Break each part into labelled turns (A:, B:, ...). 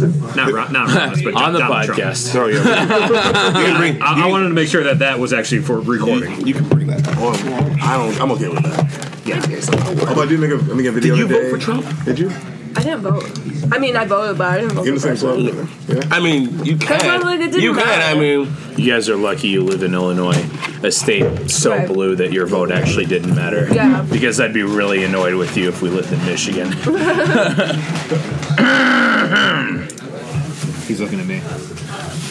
A: Not Ron, not Ron but
B: on the
A: Donald Trump.
B: podcast.
C: Oh yeah,
A: Yeah, I, I wanted to make sure that that was actually for recording.
C: you can bring that. up.
D: Well, I don't. I'm okay with that.
B: Mm-hmm.
D: Although I did make a, I make a video.
A: Did you
D: the other
A: vote for
D: day.
A: Trump?
D: Did you?
E: I didn't vote. I mean, I voted, but I didn't vote.
D: You in the
E: for
D: same club?
E: president.
D: Yeah.
F: I mean, you
E: That's
F: can.
E: not like it didn't
F: you can. I
E: matter.
F: mean,
B: You guys are lucky you live in Illinois, a state so
E: Right.
B: blue that your vote actually didn't matter.
E: Yeah.
B: Because I'd be really annoyed with you if we lived in Michigan.
A: He's looking at me.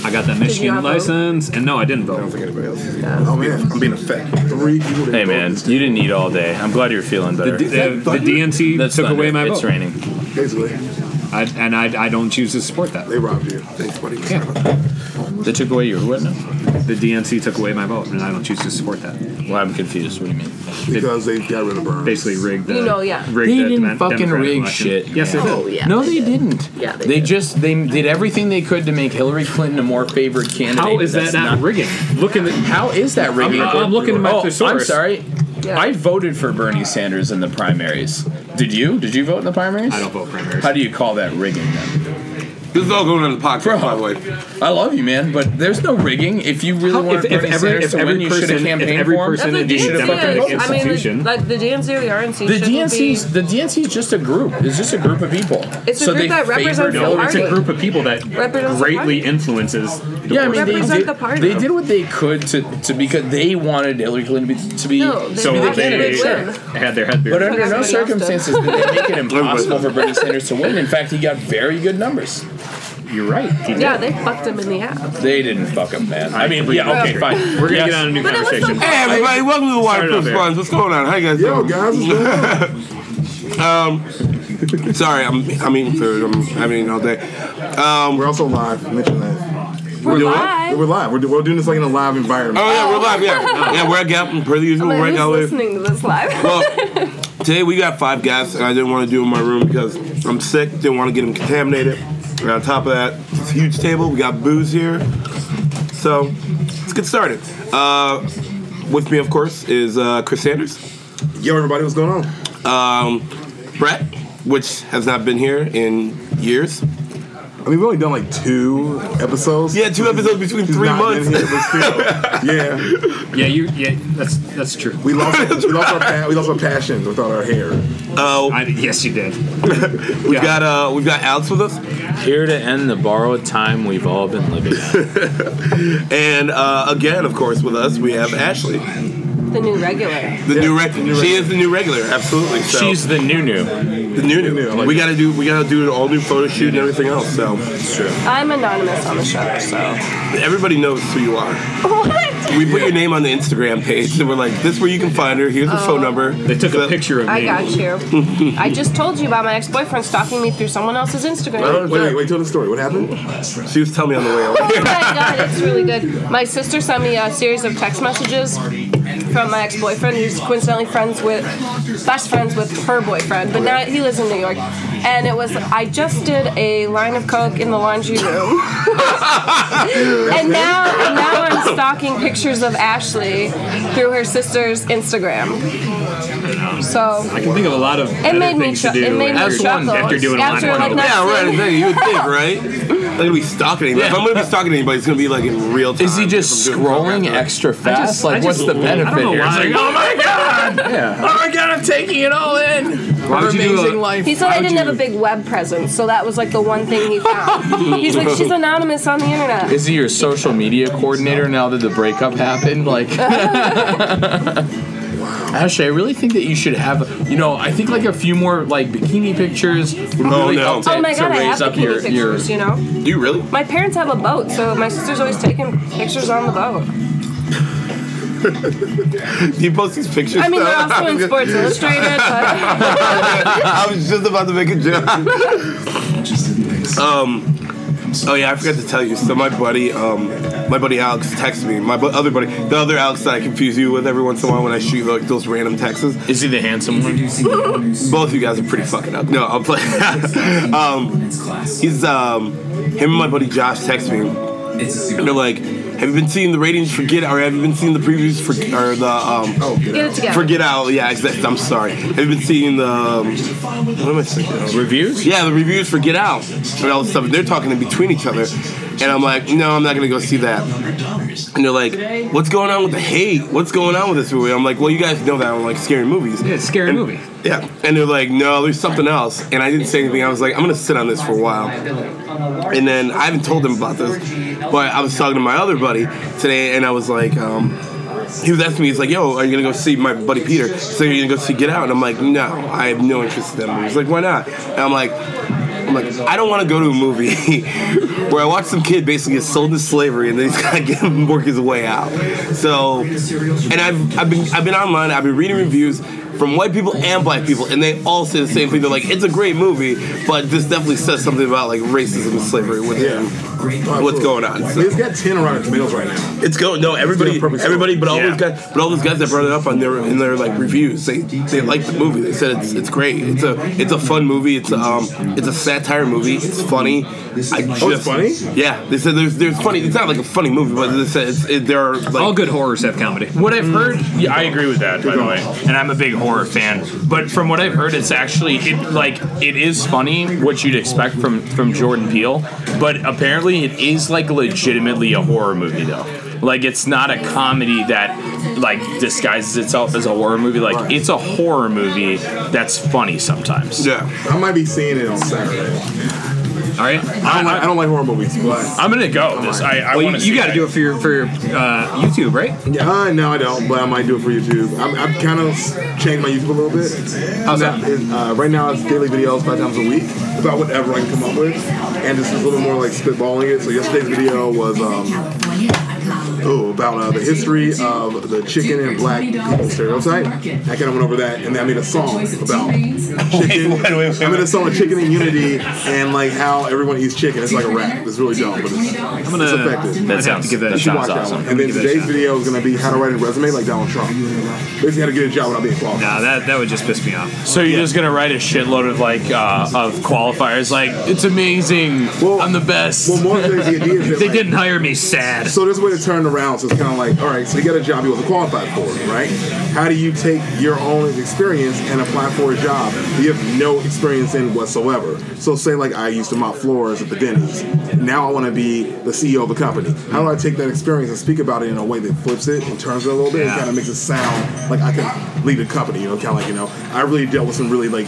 A: I got that
E: you
A: Michigan
E: not vote?
A: license, and no, I didn't
D: I don't
A: vote.
D: think anybody else. Is oh man, I'm being a fat. Three people. didn't
B: hey
D: vote
B: man,
D: this-
B: you didn't eat all day. I'm glad you're feeling better.
A: The, the DNC
B: That's
A: took
B: thunder.
A: away my
B: It's
A: vote,
B: raining.
D: Basically,
A: I, and I, I don't choose to support that.
D: they robbed you. Thanks, buddy.
B: They took away your what? No.
A: The DNC took away my vote, and I don't choose to support that.
B: Well, I'm confused. What do you mean?
D: Because they got rid of Burns.
A: Basically rigged. The,
E: You know, yeah.
A: Rigged
B: They
A: the
B: didn't
A: Demo-
B: fucking
A: Democratic
B: rig
A: election.
B: shit,
A: Yes, they
B: man.
A: did.
E: Oh yeah.
B: No, they didn't.
E: Yeah, they
B: they
E: did.
B: just they did everything they could to make Hillary Clinton a more favored candidate.
A: How is
B: That's
A: that not, rigging? Look at the.
B: How is that rigging?
A: I'm- I'm looking at my
B: oh, I'm
A: thesaurus.
B: sorry.
E: Yeah.
B: I voted for Bernie Sanders in the primaries. Did you? Did you vote in the primaries?
A: I don't vote primaries.
B: How do you call that rigging then?
F: this is all going on the podcast,
B: Bro.
F: by the way.
B: I love you, man, but there's no rigging. If you really
A: How-
B: want
A: if- if
B: Bernie
A: every-
B: Sanders
A: if
B: to
A: every
B: win, you should
A: person-
B: have
A: if
B: campaigned
A: every
B: for him.
A: person-
E: That's the
A: in the
E: DNC.
A: democratic
E: Is, I mean,
A: institution.
E: the, like the DNC or the RNC.
B: The
E: shouldn't
B: DNC's the
E: Be,
B: DNC is just a group. It's just a group of people.
E: It's a
B: so
E: group
B: they
E: that represents
B: favored
E: the
B: Hillary
A: No, it's a
E: party.
A: group of people that
E: Represents the
A: greatly
E: party.
A: influences.
B: Yeah, I
A: The
B: mean,
A: vote.
B: they
E: Represent
B: did,
E: the party.
B: they did what they could to, to because they wanted Hillary Clinton to be. To be
E: No, they
B: to
A: so
B: be the
E: wanted
B: candidate.
E: Hillary
A: they
E: to
B: Sure.
E: win.
A: had their head
B: But
A: buried.
B: under no
E: Everybody else did.
B: circumstances did they make it impossible for Bernie Sanders to win. In fact, he got very good numbers. uh,
A: You're right. he did.
E: yeah, they fucked him in the ass.
B: They didn't fuck him, man. I mean,
A: completely
B: yeah, okay,
A: agree.
B: fine.
A: We're gonna
B: Yes.
A: get on a new
E: But it was
A: conversation.
E: so-
F: Hey everybody, welcome to the Water
A: Started out
F: Proof
A: there.
F: Funds. What's going on? How you guys
D: Yo,
F: doing?
D: guys, what's going on?
F: Um, Sorry, I'm I'm eating food. I'm having eaten all day. Um,
D: We're also live. Mention that.
E: We're
F: doing
E: live.
D: We're live. We're, do- we're doing this like in a live environment.
F: oh yeah, we're live. Yeah, yeah, we're at Gap per the usual.
E: Like,
F: We're at
E: who's
F: Gap.
E: listening to this live?
F: Well, today we got five guests, and I didn't want to do it in my room because I'm sick. Didn't want to get them contaminated. And on top of that, it's a huge table. We got booze here, so let's get started. Uh, with me, of course, is uh, Chris Sanders,
D: Yo, everybody, what's going on?
F: um, Brett, which has not been here in years.
D: I mean, we've only done like two episodes.
F: Yeah, two episodes between
D: He's
F: three
D: not been
F: months.
D: Here, but still, yeah,
A: Yeah, you. Yeah, that's that's true.
D: we lost. We lost our. Pa- we lost our passion without our hair.
F: Uh,
A: I, yes, you did.
F: we've got uh, we've got Alex with us,
B: Here to end the borrowed time we've all been living. in.
F: and uh, again, of course, with us we have Ashley, the
E: the new regular.
F: new regular. She is the new regular, absolutely. So.
B: She's the new new.
F: The new, new.
D: new, I like
F: we
D: it.
F: gotta do we gotta do an all new photo shoot and everything else. So
E: I'm anonymous on the show, so.
F: everybody knows who you are.
E: What?
F: We put your name on the Instagram page and we're like, this is where you can find her. Here's her
E: Oh.
F: phone number.
A: They took a
F: So-
A: picture of me.
E: I got you. I just told you about my ex-boyfriend stalking me through someone else's Instagram.
D: Wait, wait, wait. Tell the story. What happened?
F: She was telling me on the way over.
E: Oh my god, it's really good. My sister sent me a series of text messages from my ex-boyfriend, who's coincidentally friends with, best friends with her boyfriend, but now he lives in New York. And it was, I just did a line of coke in the laundry room, and now, and now I'm stalking pictures of Ashley through her sister's Instagram. So
A: I can think of a lot of
E: it
A: better
E: made me.
A: things
E: Cho-
A: to do
E: it made me
B: As one,
E: chuckle
A: after doing a
E: after
A: line
E: like
A: of
E: not
F: Yeah, right.
E: seeing-
F: Exactly. You would think, right? I'm gonna be stalking anybody. If I'm gonna be stalking anybody, it's gonna be like in real time.
B: Is he just
F: If I'm doing
B: scrolling
F: progress.
B: extra fast?
A: just- I
B: like,
A: just-
B: what's the benefit
A: I don't know
B: here? It's
A: why.
B: like, oh my god! Yeah. Oh my god, I'm taking it all in. Our
A: would you do
B: amazing
A: a-
B: life.
E: He said
B: Why
E: I
B: would
E: didn't
B: you-
E: have a big web presence, so that was like the one thing he found. He's like, she's anonymous on the internet.
B: Is he your social media coordinator now that the breakup happened? Like, Ashley, I really think that you should have, you know, I think like a few more like bikini pictures would
F: Oh,
B: really
F: no.
B: help to,
E: Oh my
B: to
E: god, I
B: raise
E: have
B: up
E: bikini
B: your your.
E: pictures, you know?
F: Do you really?
E: My parents have a boat, so my sister's always taking pictures on the boat.
F: Do you post these pictures?
E: I mean, they're
F: though?
E: also in Sports Illustrated, but
F: I was just about to make a joke. um, oh yeah, I forgot to tell you. So my buddy, um, my buddy Alex texted me. My bu- other buddy, the other Alex that I confuse you with every once in a while when I shoot like those random texts.
B: Is he the handsome one?
F: Both of you guys are pretty fucking up. No, I'm playing. um, he's um, him and my buddy Josh texted me. And they're like, Have you been seeing the ratings for Get Out? Or have you been seeing the previews for or the um? Oh, Get
E: Get it together.
F: For Get Out, yeah, exactly. I'm sorry. Have you been seeing the um, what am I saying?
G: Reviews?
F: Yeah, the reviews for Get Out and all this stuff. They're talking in between each other, and I'm like, no, I'm not gonna go see that. And they're like, what's going on with the hate? What's going on with this movie? I'm like, well, you guys know that I don't like scary movies.
A: Yeah, it's a scary
F: And-
A: movie.
F: Yeah, and they're like, no, there's something else. And I didn't say anything. I was like, I'm gonna sit on this for a while. And then I haven't told them about this, but I was talking to my other buddy today, and I was like, um, he was asking me, he's like, yo, are you gonna go see my buddy Peter? So you're gonna go see Get Out? And I'm like, no, I have no interest in that movie. He's like, why not? And I'm like, I'm like, I don't want to go to a movie where I watch some kid basically get sold into slavery and then he's gotta get work his way out. So, and I've, I've been I've been online, I've been reading reviews from white people and black people, and they all say the same thing. They're like, it's a great movie, but this definitely says something about like racism and slavery within what's going on. So-
D: It's got 10 around the tomatoes right now.
F: it's go no everybody
D: It's gonna purpose-
F: everybody but all those
B: Yeah.
F: guys but all those guys that brought it up on their in their like reviews they they liked the movie they said it's it's great it's a it's a fun movie it's um it's a satire movie it's funny I just,
D: Oh, funny?
F: yeah they said there's there's funny it's not like a funny movie but they said it's, it, there are like
A: All good horrors have comedy.
G: What I've heard,
B: Yeah, I agree with that, by the way. And I'm a big horror fan.
G: but from what I've heard, it's actually it like it is funny what you'd expect from from Jordan Peele, but apparently it is like legitimately a horror movie though. Like it's not a comedy that like disguises itself as a horror movie. Like it's a horror movie that's funny sometimes.
F: yeah
D: I might be seeing it on Saturday.
A: All
D: I
A: right,
D: don't, like, I don't like horror movies, but
G: I'm gonna go. This I, I
A: well, you,
G: want to.
A: you got to do it for your for your, uh, YouTube, right?
D: uh, no, I don't. But I might do it for YouTube. I'm, I've kind of changed my YouTube a little bit.
A: How's
D: Now,
A: that?
D: it- uh, right now, it's daily videos five times a week about whatever I can come up with, and this is a little more like spitballing it. So yesterday's video was um, oh about uh, the history of the chicken and black people stereotype. I kind of went over that, and then I made a song about chicken. I made a song of chicken and unity, and like how everyone eats chicken. It's like a rap. It's really dumb, but it's, it's effective.
A: That sounds give that.
D: You
A: a
D: should
A: shot.
D: watch that
A: awesome.
D: one. And then today's video is going to be how to write a resume like Donald Trump. Basically, how to get a job without being qualified.
A: Nah, that that would just piss me off.
G: So you're just gonna write a shitload of like uh, of qualifiers, like it's amazing, Um,
D: Well-
G: I'm the best.
D: Well, more than the idea is that,
A: They
D: like,
A: didn't hire me. Sad.
D: So there's a way to turn it around. So it's kind of like, all right, so you got a job you wasn't qualified for, right? How do you take your own experience and apply for a job that you have no experience in whatsoever? So say like I used to mop floors at the Denny's. Now I want to be the CEO of a company. How do I take that experience and speak about it in a way that flips it and turns it a little bit and kind of makes it sound like I can lead a company? You know, kind of like you know, I really dealt with some really like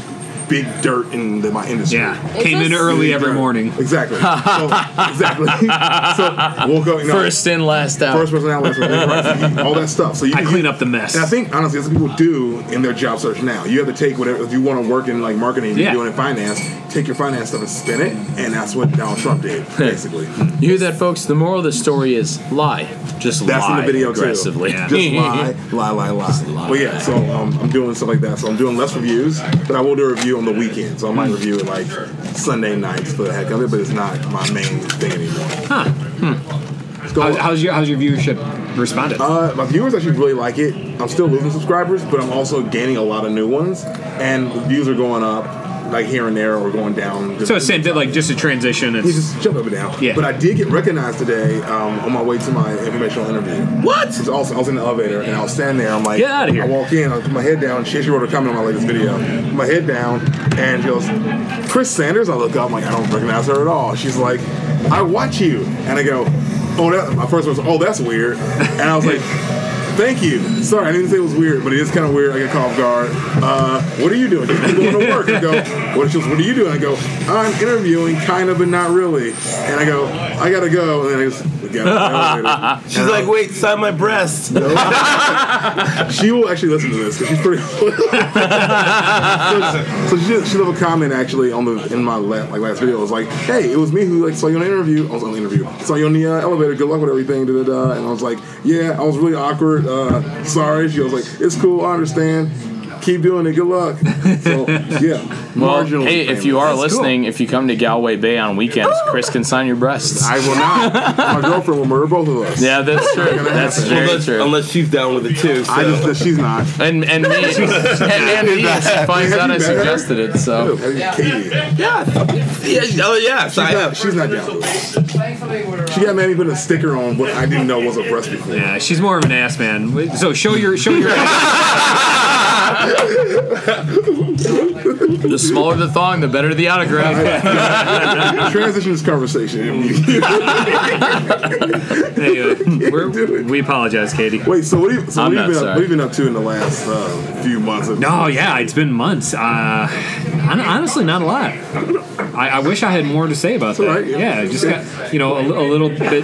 D: big dirt in the, my industry.
A: Yeah,
E: Is
A: came in
E: this-
A: early every morning.
D: Exactly. So, exactly. so woke up. You know,
G: First in, last out.
D: first person out, last person in, right? all that stuff. So you
A: I clean up the mess.
D: And I think honestly, that's what people do in their job search now. You have to take whatever if you want to work in like marketing,
A: Yeah.
D: you're doing in finance. Take your finance stuff and spin it, and that's what Donald Trump did basically.
G: You hear that, folks? The moral of the story is lie. Just
D: That's
G: lie
D: in the video
G: aggressively.
D: too. Just lie, lie, lie, lie. But yeah, so um, I'm doing stuff like that. So I'm doing less reviews, but I will do a review on the weekend. So I might review it like Sunday nights for the heck of it, but it's not my main thing anymore.
A: Huh. Hmm.
D: It's going-
A: How, how's your how's your viewership responded?
D: Uh, my viewers actually really like it. I'm still losing subscribers, but I'm also gaining a lot of new ones, and the views are going up, like here and there, or going down. Just,
A: so it's same thing, like just a transition.
D: you
A: It's
D: just jump up and down.
A: Yeah.
D: But I did get recognized today um, on my way to my informational interview. What? It's also, I was in the elevator and I was standing there. I'm like,
A: Get outta here.
D: I walk in, I put my head down. She, she wrote a comment on my latest video. Put my head down, and she goes, Chris Sanders. I look up, I'm like, I don't recognize her at all. She's like, I watch you, and I go, Oh, that. My first one was, Oh, that's weird, and I was like. Thank you. Sorry, I didn't say it was weird, but it is kind of weird. I get caught off guard. Uh, what are you doing? Just keep going to work. I go, what, she goes, what are you doing? I go, I'm interviewing, kind of, but not really. And I go, I gotta go. And then I just, we got
F: she's like wait sign my breast
D: she will actually listen to this because she's pretty. so so she, did, she left a comment actually on the in my la- like last video. It was like, "Hey, it was me who like saw you on an interview. I was on the interview. Saw you on the uh, elevator. Good luck with everything." Da, da, da. And I was like, "Yeah, I was really awkward. Uh, sorry." She was like, "It's cool. I understand." keep doing it. Good luck. So yeah,
G: Well,
D: marginally
G: hey, if
D: famous.
G: you are
D: That's cool.
G: listening, if you come to Galway Bay on weekends, Chris can sign your breasts.
D: I will not. My girlfriend will murder both of us.
G: Yeah, that's true. That's very
F: Unless,
G: true.
F: unless she's down with it too. So.
D: I just she's not.
G: And and me and, and me finds out I suggested it. So
D: Katie.
F: yeah. yeah. Oh yeah. So I
D: She's not,
F: have.
D: she's not down. with it. She got mad at me putting a sticker on what I didn't know was a breast before.
A: Yeah, she's more of an ass man. So show your show your ass.
G: the smaller the thong, the better the autograph.
D: Transition this conversation.
A: Anyway, we're- we apologize, Katie.
D: Wait, so what have you, so
G: I'm
D: what have
G: not
D: you been, up,
G: sorry.
D: what have you been up to in the last uh, few months? Of,
A: No, Oh, yeah, it's been months. Uh, hon- honestly, not a lot. I, I wish I had more to say about that.
D: all right, yeah.
A: Yeah, just got you know a, li- a little bit,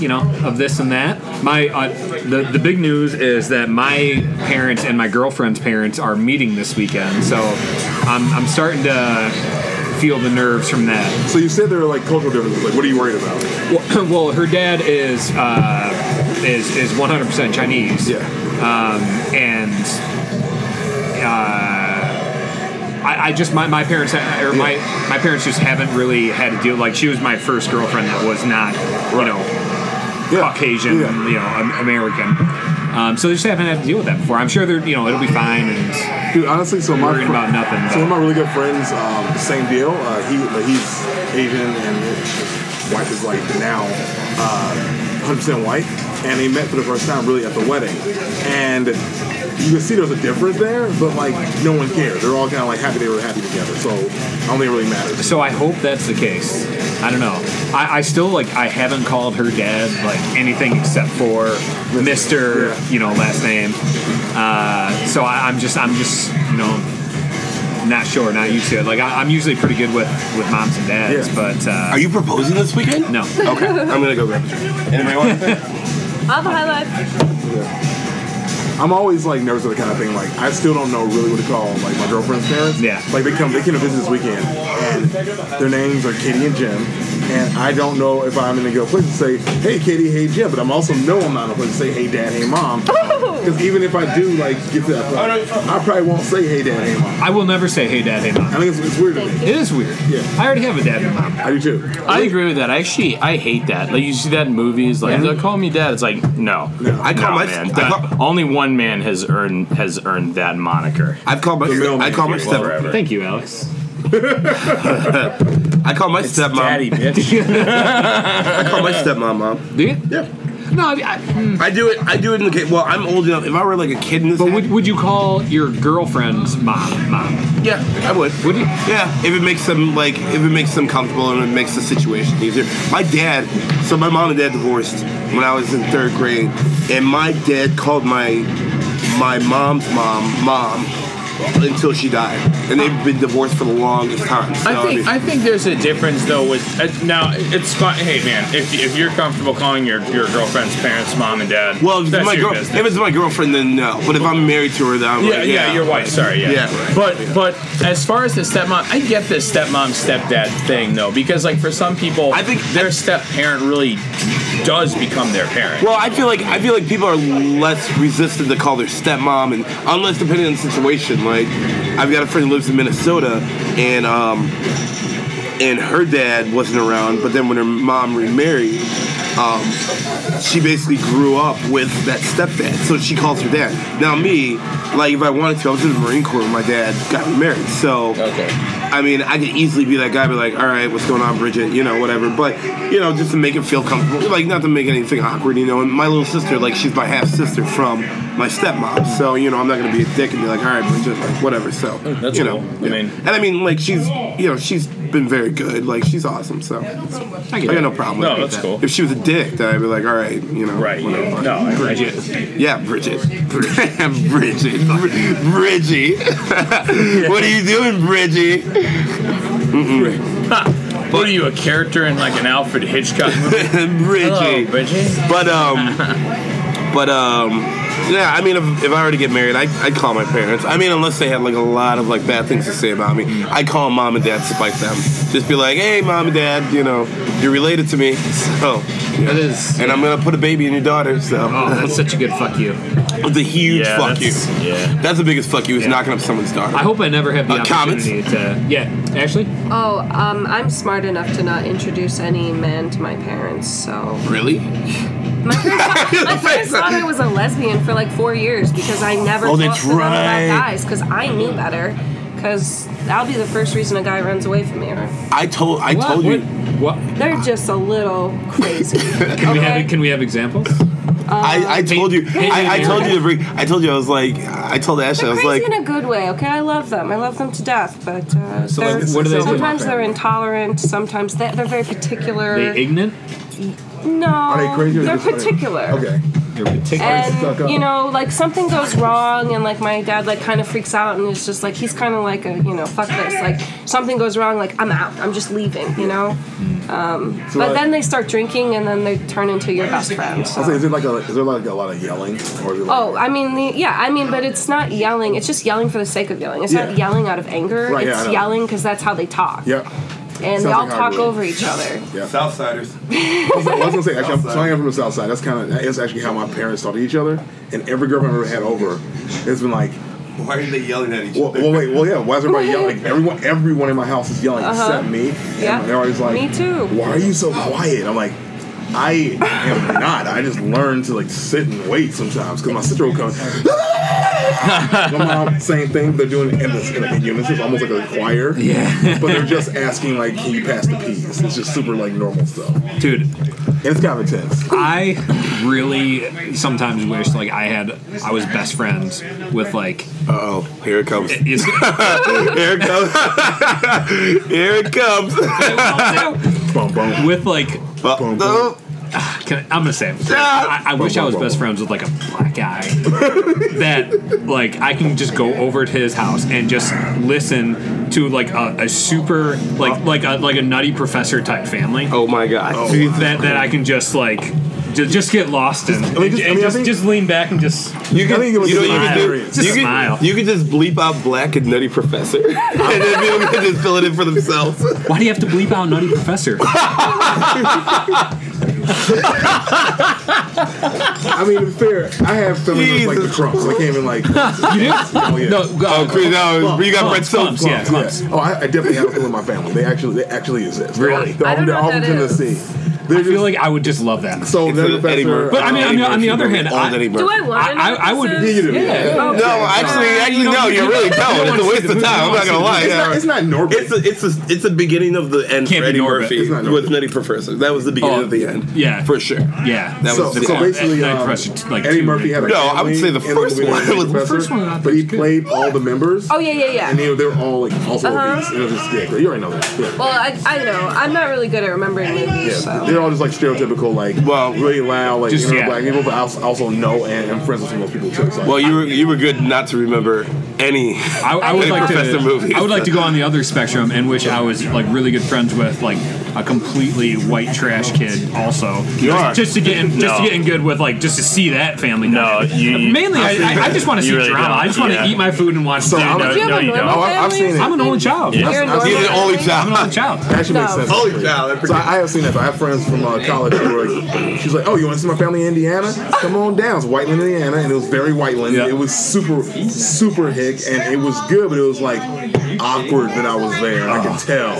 A: you know, of this and that. My uh, the the big news is that my parents and my girlfriend's parents are meeting this weekend, so I'm I'm starting to feel the nerves from that.
D: So you said there are like cultural differences. Like, what are you worried about?
A: Well, well her dad is uh, is is 100% Chinese.
D: Yeah.
A: Um, and uh, I, I just my, my parents ha- or my my parents just haven't really had to deal. Like she was my first girlfriend that was not you know Caucasian,
D: Yeah.
A: you know Am- American. Um, so they just haven't had to deal with that before. I'm sure they're you know it'll be fine. And
D: Dude, honestly, so my
A: Worried
D: fri-
A: about nothing.
D: So one of my really good friends, um, same deal. Uh, he like, he's Asian and his wife is like now uh, 100% white, and they met for the first time really at the wedding, and you can see there's a difference there, but like no one cared. They're all kind of like happy they were happy together, so I don't think it really matters.
A: so I hope that's the case. I don't know. I, I still like I haven't called her dad like anything except for Mister,
D: Yeah.
A: you know, last name. Uh, so I, I'm just I'm just you know not sure, not used to it. Like I, I'm usually pretty good with with moms and dads,
D: Yeah.
A: but uh,
F: Are you proposing this weekend?
A: no.
F: Okay. I'm gonna go grab a drink. Anybody want anything?
E: All the high life.
D: I'm always like nervous of the kind of thing. Like I still don't know really what to call like my girlfriend's parents.
A: Yeah.
D: Like they come, they came to visit this weekend, and their names are Katie and Jim. And I don't know if I'm gonna go place and say, "Hey, Katie, hey, Jim," but I'm also no, I'm not in a place to say, "Hey, Dad, hey, Mom," because even if I do like get to that point, I probably won't say, "Hey, Dad, hey, Mom."
A: I will never say hey dad, hey mom.
D: I think it's, it's weird to me.
A: It is weird.
D: Yeah.
A: I already have a dad and mom.
D: I do too.
G: I agree with that. I actually I hate that. Like you see that in movies, like they're like, call me dad. It's like no,
D: No.
F: I call
G: No,
F: my-
G: man.
F: I
G: That-
F: call-
G: only one man has earned has earned that moniker.
F: I've called my.
D: The middleman
F: I called my
D: here.
F: step.
G: Forever.
A: Thank you, Alex.
F: I call my stepmom.
G: Daddy, bitch.
F: I call my stepmom mom.
A: Do you?
F: Yeah.
A: No, I, I,
F: I do it. I do it in the case. Well, I'm old enough. If I were like a kid in this,
A: but
F: hat-
A: would, would you call your girlfriend's mom mom?
F: yeah, I would.
A: Would you?
F: Yeah, if it makes them like, if it makes them comfortable and it makes the situation easier. My dad, so my mom and dad divorced when I was in third grade, and my dad called my my mom's mom mom until she died, and they've been divorced for the longest time. So,
G: I think
F: mean-
G: I think there's a difference though with uh, now it's fine. Hey man, if, if you're comfortable calling your, your girlfriend's parents mom and dad,
F: well, if it's
G: that's
F: my
G: your
F: girl,
G: business.
F: if it's my girlfriend, then no. But if I'm married to her, then I'm
G: yeah,
F: like,
G: yeah,
F: yeah,
G: your wife. Sorry, yeah.
F: Yeah, right.
G: But but as far as the stepmom, I get the stepmom stepdad thing though because like for some people,
F: I think-
G: their step parent really does become their parent.
F: Well, I feel like I feel like people are less resistant to call their stepmom, and unless depending on the situation. Like, I've got a friend who lives in Minnesota, and um, and her dad wasn't around, but then when her mom remarried, um, she basically grew up with that stepdad, so she calls her dad. Now me, like if I wanted to, I was in the Marine Corps when my dad got married, so
G: okay.
F: I mean, I could easily be that guy, be like, all right, what's going on, Bridget? You know, whatever. But, you know, just to make it feel comfortable, like, not to make anything awkward, you know. And my little sister, like, she's my half sister from my stepmom. So, you know, I'm not going to be a dick and be like, all right, Bridget, like, whatever. So,
G: Mm, that's
F: you know.
G: cool. I
F: yeah.
G: mean-
F: and I mean, like, she's, you know, she's been very good. Like, she's awesome. So, I got no problem
G: No,
F: with
G: that's
F: that.
G: cool.
F: If she was a dick, then I'd be like, all right, you know.
G: Right.
F: whatever.
G: Yeah. No, I- I,
F: Yeah, Bridget. Bridget. Bridget. Bridgie. what are you doing, Bridgie?
G: What are you, a character in like an Alfred Hitchcock movie?
F: Bridgie.
G: Hello, Bridget.
F: But um, but um, Yeah, I mean, if, if I were to get married, I, I'd call my parents. I mean, unless they had like a lot of like bad things to say about me, I'd call mom and dad to spite them. Just be like, hey, mom and dad, you know, you're related to me, so.
A: That is.
F: And I'm gonna put a baby in your daughter, so.
A: Oh, that's such a good fuck you.
F: It's a huge
G: Yeah,
F: fuck you.
G: that's- yeah.
F: That's the biggest fuck you is knocking up someone's daughter.
A: I hope I never have the
F: Uh, comments?
A: opportunity to. Yeah, Ashley.
E: Oh, um, I'm smart enough to not introduce any man to my parents, so.
F: really?
E: My parents thought,
F: The
E: my parents
F: face.
E: thought I was a lesbian for like four years because I never
F: Oh,
E: talked
F: that's
E: to them about
F: right.
E: guys because I knew better. Because that'll be the first reason a guy runs away from me.
F: I told I told you.
A: What? uh,
E: They're just a little crazy.
A: Can we
E: okay?
A: have? Can we have examples?
F: I, I told you. I, I told you to bring. I told you. I was like. I told Ashley. I
E: They're
F: was
E: crazy
F: like.
E: in a good way, okay? I love them. I love them to death, but uh,
A: So,
E: they're,
A: like, what do they do?
E: sometimes they're intolerant. Sometimes they, they're very particular.
A: They ignorant.
E: no,
D: Are they crazy? Or
E: are
D: just funny?
E: particular.
D: Okay.
A: You're particular.
D: Stuck up.
E: and you know like something goes wrong and like my dad like kind of freaks out and it's just like he's kind of like a you know fuck this like something goes wrong like i'm out i'm just leaving you know um, but
D: like-
E: then they start drinking and then they turn into your best friend
D: I was like,
E: so.
D: is it like a is there like a lot of yelling or is it like,
E: oh i mean the, yeah i mean but it's not yelling it's just yelling for the sake of yelling it's
D: Yeah.
E: not yelling out of anger
D: Right, yeah, I
E: it's
D: know.
E: yelling because that's how they talk
D: yeah.
E: and
D: Sounds
E: they all
D: like
E: talk
D: Hollywood.
E: over each other
F: Southsiders.
D: I was gonna say, actually, I'm, so I am from the South Side. That's kind of that's actually how my parents talk to each other. And every girl I've ever had over has been like,
F: Why are they yelling at each
D: well, well wait, well, yeah, why is everybody yelling? Everyone, everyone in my house is yelling except me. And
E: Uh-huh. Yeah.
D: they're always like,
E: Me too.
D: Why are you so quiet? I'm like. I am not. I just learn to like sit and wait sometimes because my sister will come. my mom, same thing. They're doing in, this, in, in unison, almost like a choir. Yeah. but they're just asking like, "Can you pass the peas?" It's just super like normal stuff. And
A: Dude,
D: it's kind of intense.
A: I really sometimes wish like I had I was best friends with like
F: Uh oh. Here it comes. Here
A: is,
F: it comes. Here it comes.
D: Bum, bum.
A: with like
F: Well, no.
A: Can I, am gonna say it.
D: Ah!
A: I, I wish I was best friends with like a black guy that like I can just go over to his house and just listen to like a, a super like like a like a nutty professor type family
F: Oh my god.
A: that that I can just like just, just get lost in
D: I mean, just- I
A: and
D: mean, I
A: just,
D: think-
A: just lean back and just
D: You can, think it was
F: you know what
D: just
F: you
D: an
F: can do?
D: experience.
A: Just
F: you
A: smile.
F: Can, you can just bleep out black and nutty professor, and then people can just fill it in for themselves.
A: why do you have to bleep out nutty professor?
D: I mean, to be fair. I have some of those, like the
F: Jesus.
D: crumbs. I came in like.
A: You do?
D: Oh, yeah.
A: No,
F: Oh,
A: go.
F: Chris, no, you got bread
A: Clumps,
F: soap.
A: clumps, yeah,
D: Yeah.
A: clumps.
D: Oh, I, I definitely have them in my family. They actually, they actually exist.
A: Really?
D: They're
E: I
D: all,
E: don't
D: they're
E: know
D: all
E: what
D: from
E: that
D: Tennessee. They're
A: I feel like I would just love that.
D: so.
F: It's
D: They're
F: an Eddie
D: professor.
F: Murphy.
A: But I mean,
D: uh,
A: on the, on the other hand,
F: Old Eddie
A: I,
E: do i
F: Murphy.
E: want
A: I- I- I would-
E: would
D: yeah, you do. Yeah.
F: No, actually, actually,
A: You
F: no.
A: don't-
F: You're
A: you
F: really
A: don't-
F: no.
A: you
F: It's
A: don't
F: a
A: wanna see
F: waste
A: the
F: of
A: movie, you
F: time. I'm
A: don't
F: not gonna
A: wanna
F: lie.
A: see
D: It's not, it's not Norbit.
F: It's a, it's a, it's the beginning of the end
A: Can't
F: for
A: be
F: Eddie
A: Norbit.
F: Murphy
D: It's not Norbit.
F: with Nutty Professor. That was the beginning
A: Oh,
F: of the end.
A: yeah.
F: for sure.
A: Yeah, that
F: That
D: so,
F: was the
D: so
F: end.
D: basically,
A: That- that
D: um,
A: question, like,
D: Eddie
A: two
D: Murphy had a
F: No, I would
D: family
F: say the
D: in
F: first
D: movie
F: one
D: Nutty
F: was- the
D: Professor,
A: first one I
D: but he
A: think-
D: played all the members.
E: Oh, yeah, yeah, yeah.
D: And they, they were all like also
E: Uh-huh.
D: obese. It was just yeah, you already know that. Yeah.
E: well I, I know i'm not really good at remembering
D: Yeah,
E: movies so
D: they're all just like stereotypical, like
F: Well,
D: really loud, like
A: just,
D: you know,
A: yeah.
D: black people. But I also- also know and am friends with some of those people too. So
F: Well, you were you were good not to remember any.
A: I, I would
F: any
A: like
F: Professor
A: to.
F: movies.
A: I would like to go on the other spectrum in which I was like really good friends with like a completely white trash kid.
F: You
A: Also, just,
F: are.
A: just to get in, just to
G: No.
A: get in good with like just to see that family.
G: No,
A: dynamic.
G: you- you-
A: mainly I, I, I just want to
G: You
A: see
G: really
A: drama.
G: don't.
A: I just want to
G: Yeah.
A: eat my food and watch.
D: So
A: TV.
D: I'm-
E: do you have
G: No,
E: a
G: you
E: normal
G: don't.
D: Oh, I- I've
E: family?
D: seen it.
A: I'm an only child.
E: You're
G: Yeah.
E: a
D: I've
E: normal
D: seen
F: You're the only
E: family?
F: child.
A: I'm an only child.
D: That actually makes
E: No.
D: sense.
F: Holy cow, that-
D: So I, I have seen that. I have friends from uh, college who were like, she's like, oh, you want to see my family in Indiana? Come on down. It's Whiteland, Indiana, and it was very Whiteland.
A: Yeah.
D: It was super, super hick, and it was good, but it was like awkward that I was there. and I could tell,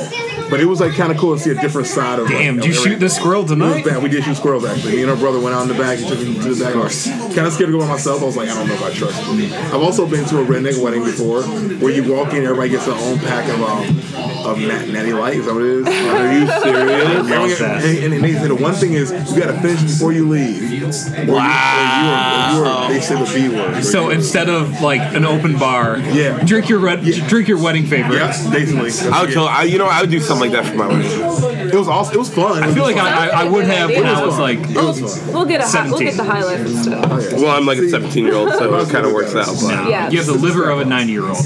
D: but it was like kind of cool to see a different side of. like,
A: Ah. Damn,
D: of
A: did you shoot
D: everything.
A: the squirrel
D: It was
A: tonight?
D: bad. We did shoot squirrels actually. Me and her brother went out in the back and took him to the back. I was kind of scared to go by myself. I was like, I don't know if I trust you. I've also been to a redneck wedding before where you walk in, everybody gets their own pack of um, of nat- natty light. Is that what it is? Are you serious?
A: that.
D: And, and they say the one thing is you got to finish before you leave. Wow. Or you, or you, are- they say the B word.
A: So instead of like an open bar,
D: Yeah.
A: drink your red, drink your wedding favorite.
D: yeah, basically.
F: I would tell. I, you know, I would do something like that for my wedding.
D: It was awesome. It was fun.
A: I feel like I, I, I would have when I
E: It was
A: was like.
D: It was fun.
E: we'll get a hi- we'll get
A: 17.
E: the highlight instead
F: Well, I'm like a
D: See,
F: 17 year old, so it kind of works out. But.
E: Yeah.
A: You have the liver of a 90 year old.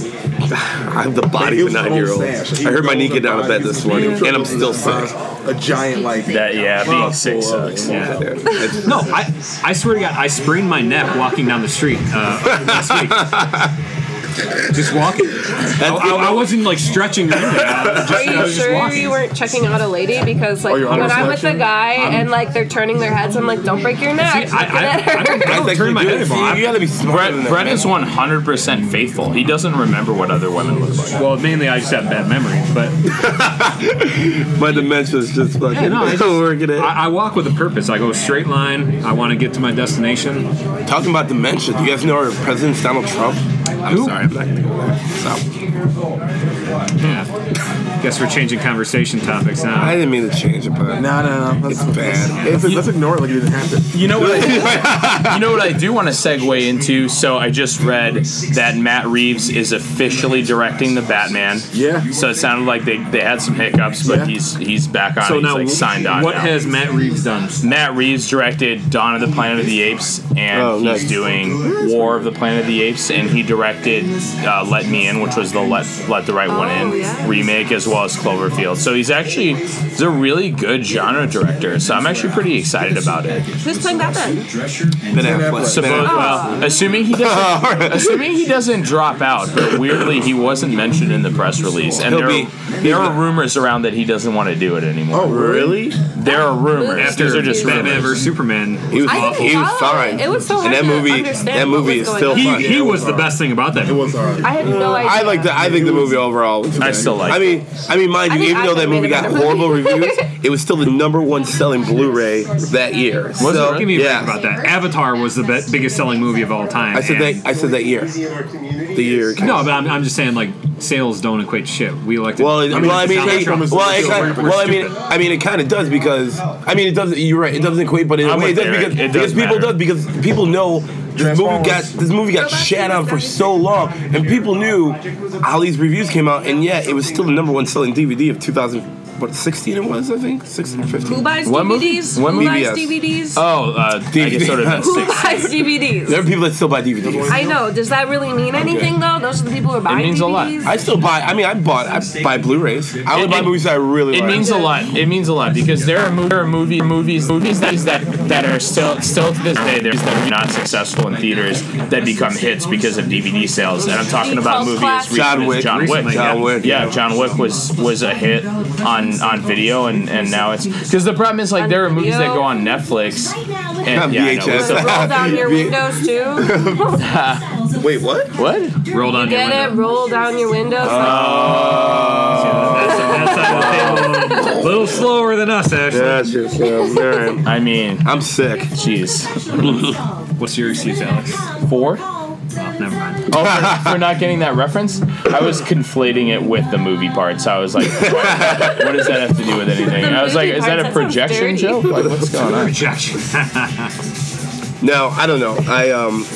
F: I'm the body of a nine year old. I heard my knee get down out of bed this morning, and I'm still sick.
D: A giant like
G: That yeah, being sick sucks. Yeah.
F: It's-
A: No, I I swear to God, I sprained my neck walking down the street uh, last week. Just walking. I, I, I wasn't like stretching or anything. I was just-
E: Are
A: I
E: you
A: was just
E: sure
A: walking.
E: you weren't checking out a lady? Because like
D: you're on
E: when I'm with a
D: reflection?
E: guy and like they're turning their heads, I'm like, don't break your neck.
A: See, I,
E: Look at
A: I, I,
E: her.
A: don't, I
F: I
A: don't
F: think
A: turn
F: you
A: my
F: do.
A: head
F: See,
A: involved.
F: you gotta be smarter than
G: Brett,
F: that,
G: Brett
F: man.
G: is 100% faithful. He doesn't remember what other women look like.
A: Well, mainly I just have bad memories, but
F: My dementia's just fucking
A: Yeah, no, I just-
F: working it.
A: I, I walk with a purpose. I go straight line. I want to get to my destination.
F: Talking about dementia, do you guys know our president's Donald Trump? I'm
A: Who?
F: sorry, I'm not gonna go there. Stop.
A: Yeah. Guess we're changing conversation topics
F: I
A: now.
F: didn't mean to change it, but
D: No, no, no. That's
F: it's bad.
D: Let's, let's ignore it like it didn't happen.
G: You know what? I, you know what I do want to segue into. So I just read that Matt Reeves is officially directing the Batman.
D: Yeah.
G: So it sounded like they, they had some hiccups, but
D: Yeah.
G: he's he's back on.
A: So
G: he's
A: now,
G: like signed on.
A: what
G: now.
A: has Matt Reeves done?
G: Matt Reeves directed Dawn of the Planet of the Apes, and
F: Oh,
G: he's
F: nice.
G: doing War of the Planet of the Apes, and he directed uh, Let Me In, which was the Let Let the Right One
E: Oh,
G: In
E: yeah.
G: remake, as well as Cloverfield. So he's actually he's a really good genre director. So I'm actually pretty excited about it.
E: Who's playing Batman?
F: Ben Affleck.
G: Suppo-
F: Ben Affleck.
G: well, assuming he doesn't, assuming he doesn't drop out, but weirdly he wasn't mentioned in the press release, and
F: He'll
G: there,
F: be-
G: there are rumors around that he doesn't want to do it anymore.
D: Oh, really?
G: There are rumors.
E: After
G: These are just
A: Batman
G: rumors.
A: vs Superman.
F: He was,
E: I didn't
F: he was
E: follow it.
F: fine.
E: It was so hard
F: and that
E: to
F: movie,
E: understand
F: that
E: what
F: movie
E: was
F: is
E: going
F: still
E: on.
F: fun.
A: He, he was the best thing about that.
D: It was alright.
E: I had no idea.
F: I like the I think the movie overall. Was
G: I still like
F: I mean, I mean, mind
E: I
F: you,
E: think
F: even though
E: Aquaman
F: that movie
E: made a
F: got
E: better
F: horrible
E: movie.
F: reviews, it was still the number one selling Blu-ray that year. Was
G: it
F: so,
G: really?
A: Give me a
F: yeah.
A: break about that. Avatar was the be- biggest selling movie of all time.
F: I said
A: and-
F: that. I said that year. The year. it came.
A: No, but I'm, I'm just saying like sales don't equate to shit. We like to.
F: Well, it,
A: we
F: well, I
A: like to
F: mean,
A: sell
F: it,
A: shit.
F: well, it kind well, I mean, I mean, it kind of does because I mean, it doesn't. You're right. It doesn't equate, but in a
G: I'm
F: way, it
G: with
F: does
G: Eric.
F: because,
G: It
F: because
G: does
F: people
G: matter.
F: does because people know this movie got this movie got shat on for so long, and people knew Ali's reviews came out, and yet it was still the number one selling DVD of 2000. What 16 it was, I think 16 or 15.
E: Who buys
G: What movie?
E: DVDs?
G: What
E: Who
G: movie?
F: Yes.
E: buys DVDs?
G: Oh, uh, I guess it would have been
E: Who
G: six.
E: buys
F: There are
E: DVDs?
F: people that still buy DVDs.
E: I know. Does that really mean anything though? Those are the people who are buying
G: means a lot.
E: DVDs?
F: I still buy. I mean, I bought. I buy Blu-rays. I only
G: It-
F: buy
G: it-
F: movies I really
G: It
F: like.
G: means a lot. It means a lot because there are, mo- there are movie, movies movies that that that are still still to this day there's that are not successful in theaters that become hits because of DVD sales. And I'm talking about a movie as recent
F: John
G: as
F: Wick.
G: John Wick.
F: Recently,
G: yeah.
F: John Wick,
G: Yeah, John Wick was was a hit on on video, and and now it's because the problem is like there are
E: On
G: movies that
E: video.
G: go on Netflix.
F: On
G: And, yeah, I know.
F: VHS.
E: So roll down your
F: Yeah.
E: windows too.
F: Wait, what?
G: What?
A: rolled on your
E: Get it?
A: window.
E: Roll down your windows.
F: Uh,
A: That's, that's on the table. A little slower than us, Ashley.
F: That's just, um, all right.
G: I mean,
F: I'm sick.
G: jeez,
A: What's your excuse, Alex?
G: four.
A: Never mind.
G: Oh, for, for not getting that reference? I was conflating it with the movie part, so I was like, what, what does that have to do with anything?
E: The
G: I was like,
E: movie
G: is
E: part,
G: that a
E: that sounds
G: projection
E: dirty.
G: joke? Like, what's going on?
A: Rejection.
F: No, I don't know. I um,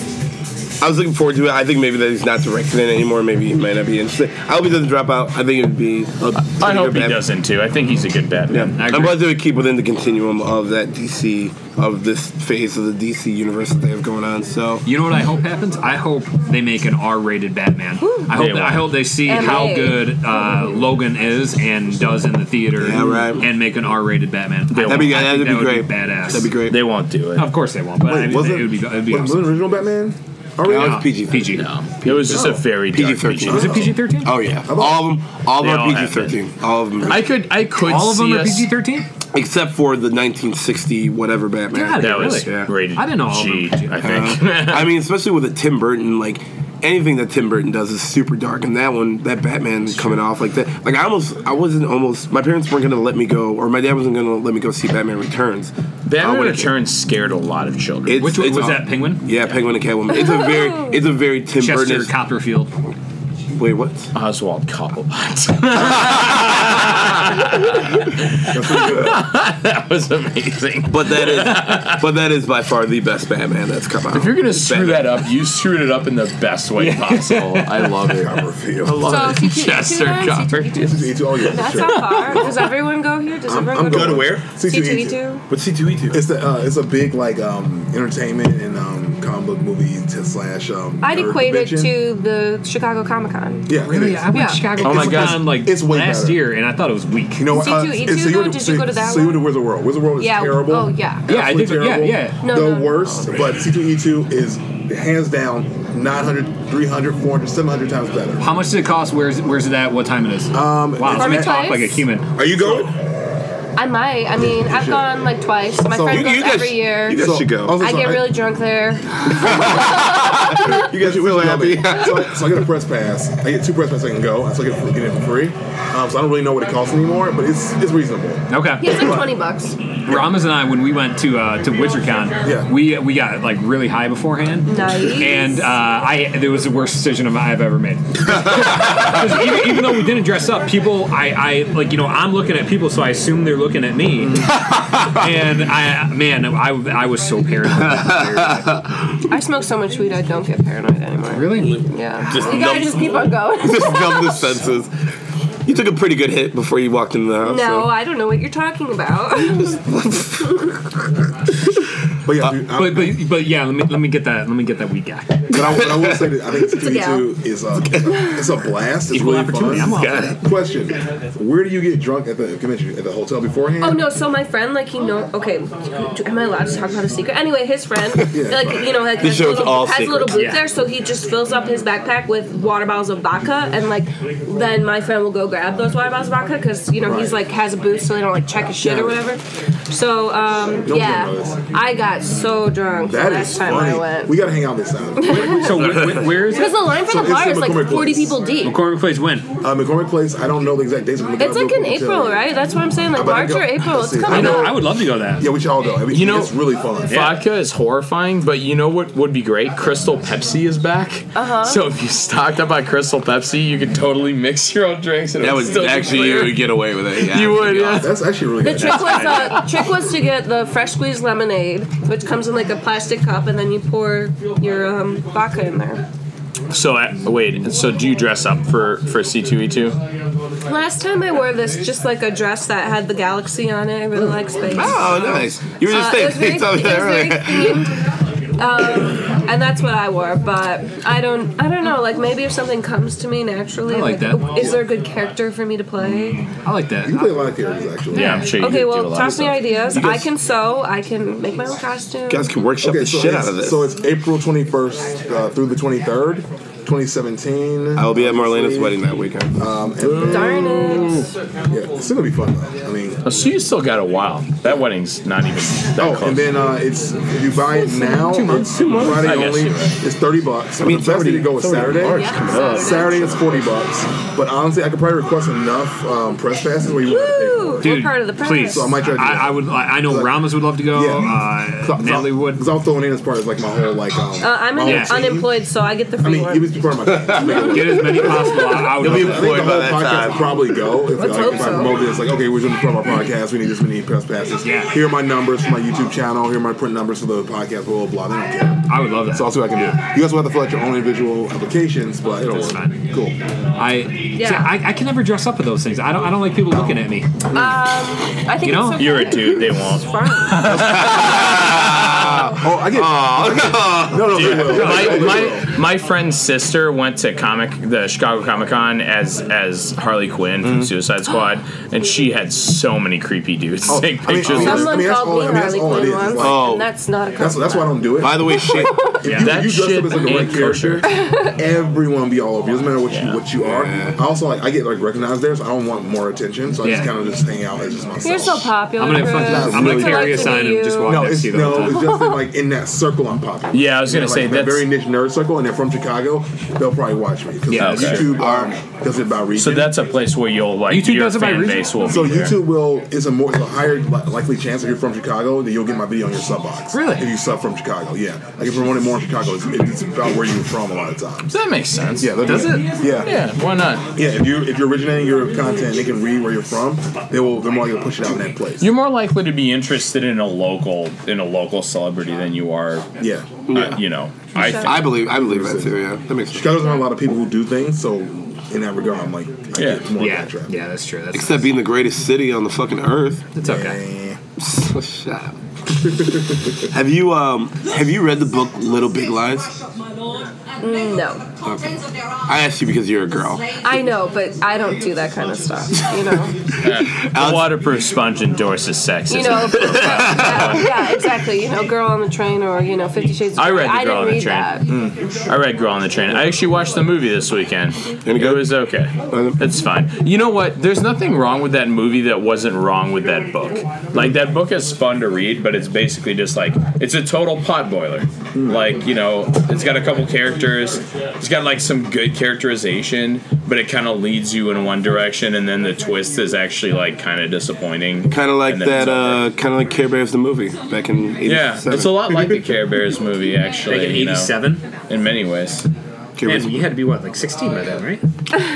F: I was looking forward to it. I think maybe that he's not directing it anymore. Maybe he might not be interested. I hope he doesn't drop out. I think it'd be. A
G: I hope he
F: Batman.
G: doesn't, too. I think he's a good
F: Yeah,
G: Batman.
A: I
F: I'm
A: agree.
F: glad they would keep within the continuum of that DC of this phase of the DC universe that they have going on. So
A: You know what I hope happens? I hope they make an R-rated Batman. I
G: They
A: hope that, I
G: will.
A: hope they see
E: And
A: how
E: they-
A: good uh, Logan is and does in the theater,
F: Yeah, right.
A: and make an R-rated Batman.
F: that'd be
A: I
F: that'd
A: think
F: be
A: that would
F: great.
A: badass.
F: That'd be great.
G: They won't do it.
A: Of course they won't, but I mean,
D: was
A: it
D: it-
A: would be, it'd be
D: Was
A: awesome.
D: it the original Batman? Are
F: No,
D: we?
F: it was PG.
A: PG.
G: It was just a very dark
F: PG-13.
A: Was
G: PG.
A: it PG-13?
F: Oh yeah, all of them, all of
G: They
F: them
G: all
F: are
G: have been.
F: PG-13. All of them,
G: I could, I could
A: All of them
G: see
A: are
G: us-
A: PG-13?
F: except for the 1960 whatever Batman.
A: God,
G: That was
A: Really?
G: rated
A: I didn't know all of
G: G,
A: them.
G: I
A: Uh-huh.
F: Uh,
G: think.
F: I mean, especially with a Tim Burton, like anything that Tim Burton does is super dark, and that one, that Batman coming off like that, like I almost, I wasn't almost, my parents weren't gonna let me go, or my dad wasn't gonna let me go see Batman Returns.
G: Batman
F: Uh, when it-
G: Returns scared a lot of children.
F: It's,
A: Which one
F: it's
A: was
F: aw-
A: that, Penguin?
F: Yeah, Penguin and Catwoman. It's
E: Oh.
F: a very, it's a very Tim
A: Chester
F: Burton.
A: Copperfield.
F: Wait, what?
G: Oswald Cobblepot. that was amazing.
F: But that is, but that is by far the best Batman that's come out.
G: If you're gonna screw
F: Batman.
G: that up, you screwed it up in the best way possible. I love it.
D: Reveal.
E: So C2,
G: Chester Copper.
E: C2,
D: C2, oh yeah,
E: That's
D: sure.
E: how far. Does everyone go here? Does
D: I'm,
E: everyone
D: I'm
E: go,
D: going
F: where?
E: C2E2?
F: E
D: It's the uh, it's a big like um entertainment and um comic book movie to slash. Um,
E: I'd
D: nerd
E: equate it
D: convention.
E: to the Chicago Comic Con.
D: Yeah, it
A: Really,
D: is.
A: I went
E: Yeah.
A: to Chicago
G: Oh my
A: Comic
G: God.
A: Con like
D: It's way
A: last
D: better.
A: year, and I thought it was weak.
D: You know what?
E: Did you eat
D: and
E: too,
D: so
E: though?
D: were-
E: Did you
D: so-
E: go to that
D: So you went to
E: one?
D: Wizard World. Wizard World is
E: Yeah,
D: terrible.
E: oh, yeah.
A: Yeah, I
D: Absolutely
A: did- yeah,
D: terrible.
A: yeah.
E: No,
D: the
E: no, no.
D: worst, but C2E2 is hands down 900, 300, 400, 700 times better.
A: How much did it cost? Where's Where's it at? What time it is? Um, wow, I'm gonna
E: it's-
A: talk like a human.
F: Are you going?
E: I might. I mean, I've gone like twice. My
D: So-
E: friend
D: You-
E: goes
F: you guys-
E: every year.
F: you guys- should go.
D: also,
E: I
D: so
E: get really drunk there.
D: You guys feel happy. so, I- so I get a press pass. I get two press passes I can go. So I get, get it for free. Um, so I don't really know what it costs anymore, but it's it's reasonable.
A: Okay.
E: Yeah, it's like twenty bucks.
A: Ramos and I, when we went to uh, to WitcherCon,
D: Yeah.
A: we we got like really high beforehand.
E: Nice.
A: And uh, I, it was the worst decision of- I've ever made. 'Cause even, even though we didn't dress up, people, I, I, like, you know, I'm looking at people, so I assume they're looking at me. and I, man, I, I was so paranoid.
E: I smoke so much weed, I don't get paranoid anymore.
A: really?
E: Yeah.
F: Just
E: you gotta
F: numb-
E: just keep on going.
F: Just numb the senses. You took a pretty good hit before you walked into the house.
E: No,
F: so.
E: I don't know what you're talking about.
D: But yeah, dude, I,
A: Uh, But, but, but yeah, let me, let me get that, let me get that weed guy.
D: but I, but I will say that I think
E: a gal.
D: C2E2 is a, it's a blast. It's really
A: opportunity. I'm all
D: fun.
A: for
F: it.
D: Question: Where do you get drunk at the convention? At the hotel beforehand?
E: Oh no! So my friend, like he know. Okay, do- am I allowed to talk about a secret? Anyway, his friend, like you know, like has, a
F: show's
E: little,
F: all
E: has a little
F: secrets.
E: booth
A: Yeah.
E: there, so he just fills up his backpack with water bottles of vodka, and like then my friend will go grab those water bottles of vodka because you know he's like has a booth, so they don't like check his shit or whatever. So um,
D: Don't
E: yeah,
D: give him those.
E: I got so drunk the
D: That
E: last
D: is
E: time
D: funny.
E: I went
D: We gotta hang out this time. Uh,
A: So wh- wh- where is it?
E: because the line for
D: So
E: the bar
D: it's
E: is
D: in
E: like
D: McCormick
E: forty
D: Place.
E: people deep.
A: McCormick plays when?
D: Uh, McCormick Place. I don't know the exact dates. I'm gonna look it
E: It's
D: up
E: like
D: real
E: in
D: quick and
E: April,
D: tell you.
E: right? That's what I'm saying. Like
D: bet I
E: March
D: go-
E: or April,
D: Let's
E: it's
D: see.
A: I
E: coming
A: know,
E: up.
A: I would love to go to that.
D: Yeah, we should all go. I mean,
G: You know-
D: it's really fun.
G: Vodka is horrifying, but you know what would be great? Crystal Pepsi is back. Uh-huh. So if you stocked up on Crystal Pepsi, you could totally mix your own drinks. And it
H: That
G: would
H: was
G: still be
H: actually
G: clear.
H: you would get away with it. Yeah,
G: You would, yeah.
D: That's actually really
E: The
D: good.
E: trick was uh, trick was to get the fresh squeezed lemonade, which comes in like a plastic cup, and then you pour your um, vodka in there.
G: So uh, wait, so do you dress up for for C two E two?
E: Last time I wore this, just like a dress that had the galaxy on it. I really like space.
H: Oh, nice. You were
E: Uh,
H: just
E: it
H: saying
E: was very,
H: things over
E: it
H: there
E: was very
H: earlier.
E: themed. Um, and that's what I wore, but I don't, I don't know. Like maybe if something comes to me naturally,
A: I like that.
E: Is there a good character for me to play?
A: I like that.
D: You play a lot of characters, actually.
G: Yeah, I'm sure Mm-hmm. you
E: Okay,
G: could do a
E: well,
G: lot
E: toss
G: of
E: me
G: stuff.
E: ideas. I can sew. I can make my own costume.
F: You guys can workshop
D: Okay,
F: the
D: so
F: shit
D: it's,
F: out of this.
D: so it's April 21st uh, through the 23rd, 2017.
F: I will be at Marlena's wedding that weekend.
D: Um, and,
E: Darn it.
D: yeah, it's still gonna be fun though. I mean,
G: Oh, so you still got a while. That wedding's not even that
D: oh,
G: close.
D: and then uh, it's if you buy it now, two months, it's Friday
G: I guess
D: only.
G: you're right.
D: It's 30 bucks. I mean, the best day to go is Saturday.
E: Yeah,
D: Saturday is 40 bucks. But honestly, I could probably request enough um, press passes where you want to pay for it.
E: Woo!
A: Dude,
E: we're part of the press.
A: please.
D: So I might try to do that.
A: I, I would. I, I know
D: Like-
A: Ramos would love to go.
D: Yeah.
A: Uh, Natalie would.
D: Because I'm throwing in as part of like my whole like. Um,
E: Uh, I'm
D: my
E: an,
D: whole
A: Yeah.
D: team.
E: unemployed, so I get the
D: I
E: free
D: mean,
E: one.
D: it was part of my.
A: Get as many possible. I, I would.
F: You'll be
D: I think
F: employed
D: the
F: by
D: whole
F: that
D: podcast would
F: time.
D: probably go if,
E: Let's
D: like,
E: hope
D: if I
E: so.
D: promote this. Like, okay, we're doing the promo podcast. We need this many press passes.
A: Yeah.
D: Here are my numbers for my YouTube channel. Here are my print numbers for the podcast. Blah blah blah. They don't care.
A: I would love that.
D: So I'll see what I can do. You guys will have to fill out your own individual applications, but it'll
A: That's
D: work.
A: fine.
D: Cool.
A: I. Yeah. I, I can never dress up with those things. I don't. I don't like people looking at me.
E: I think
A: You know,
E: it's okay.
G: You're a dude. They won't.
E: It's fine.
D: Oh, I get. no, no, they will.
G: my,
D: They will.
G: my, my friend's sister went to comic the Chicago Comic Con as as Harley Quinn from Suicide Squad, and she had so many creepy dudes
D: Oh,
G: take
D: I mean, I
G: pictures.
D: mean,
G: with
D: that's- I mean,
E: Someone
G: her.
D: that's
E: called
D: all-
E: me
D: I mean, that's
E: Harley
D: all it
E: Quinn
D: is.
E: once,
D: Like,
F: Oh.
E: and that's not a
D: That's that's why I don't do it.
F: By the way, shit.
D: If you,
G: that
D: you dress
G: shit
D: up as like a red
G: ain't kosher.
D: character, everyone will be all over you. Doesn't matter what you what you are. I also like I get like recognized there, so I don't want more attention. So I
A: Yeah.
D: just kind of just hang out as just myself.
E: You're so popular.
A: I'm gonna fucking.
E: Chris.
A: I'm gonna
E: It's
A: carry a
E: nice to
A: sign
E: meet
A: and just
E: you.
A: walk
D: No,
A: next
D: it's,
A: to you the whole
D: no,
A: time.
D: it's just that, like in that circle I'm popular.
G: Yeah, I was gonna
D: You know,
G: say,
D: like, that
G: that's-
D: very niche nerd circle, and they're from Chicago. They'll probably watch me because
A: Yeah,
G: okay.
D: YouTube uh, does it by region.
G: So that's a place where you'll like
A: YouTube
G: your
A: does it by
G: fan
A: region?
G: base will.
D: So
G: be there.
D: YouTube will is a more is a higher li- likely chance if you're from Chicago that you'll get my video on your sub box.
A: Really?
D: If you sub from Chicago, yeah. I can promote it more in Chicago. It's, it's about where you're from a lot of times.
G: That makes sense.
D: Yeah, they'll do
A: Does
D: that.
A: it?
D: Yeah.
G: Yeah. Why not?
D: Yeah, if you if you're originating your content, they can read where you're from. They will. They're more likely to push it out in that place.
G: You're more likely to be interested in a local in a local celebrity than you are.
D: yeah,
G: Uh, you know, I think.
H: I believe. I believe that too. Yeah, that makes sense.
D: Chicago doesn't have a lot of people who do things. So in that regard, I'm like, I
G: Yeah.
D: get more of
A: Yeah.
D: that trap.
A: Yeah, that's true. That's
H: Except being the greatest city on the fucking earth.
A: it's okay.
D: Eh,
F: Shut up. have you um have you read the book Little Big Lies?
E: No,
F: I asked you because you're a girl.
E: I know, but I don't do that kind of stuff. You know,
G: A waterproof sponge endorses sex.
E: you
G: isn't
E: know.
G: it?
E: yeah, yeah, exactly. You know, girl on the train or you know, Fifty Shades. Of
G: I
E: Grey.
G: read The Girl
E: didn't
G: on the
E: read
G: Train.
E: that.
G: I read Girl on the Train. I actually watched the movie this weekend.
F: Any
G: It
F: good? Uh,
G: was okay. It's fine. You know what? There's nothing wrong with that movie that wasn't wrong with that book. Like that book is fun to read, but it's basically just like it's a total potboiler. Like you know, it's got a couple characters. It's got like some good characterization, but it kind of leads you in one direction, and then the twist is actually like kind of disappointing.
F: Kind of like
G: And then it's
F: that.
G: over.
F: Uh, kind of like Care Bears the movie back in '87.
G: Yeah, it's a lot like the Care Bears movie, actually.
I: Back in
G: you know,
I: '87,
G: in many ways.
F: Care
I: and
F: Bears,
I: you had to be what, like 16 by then, right?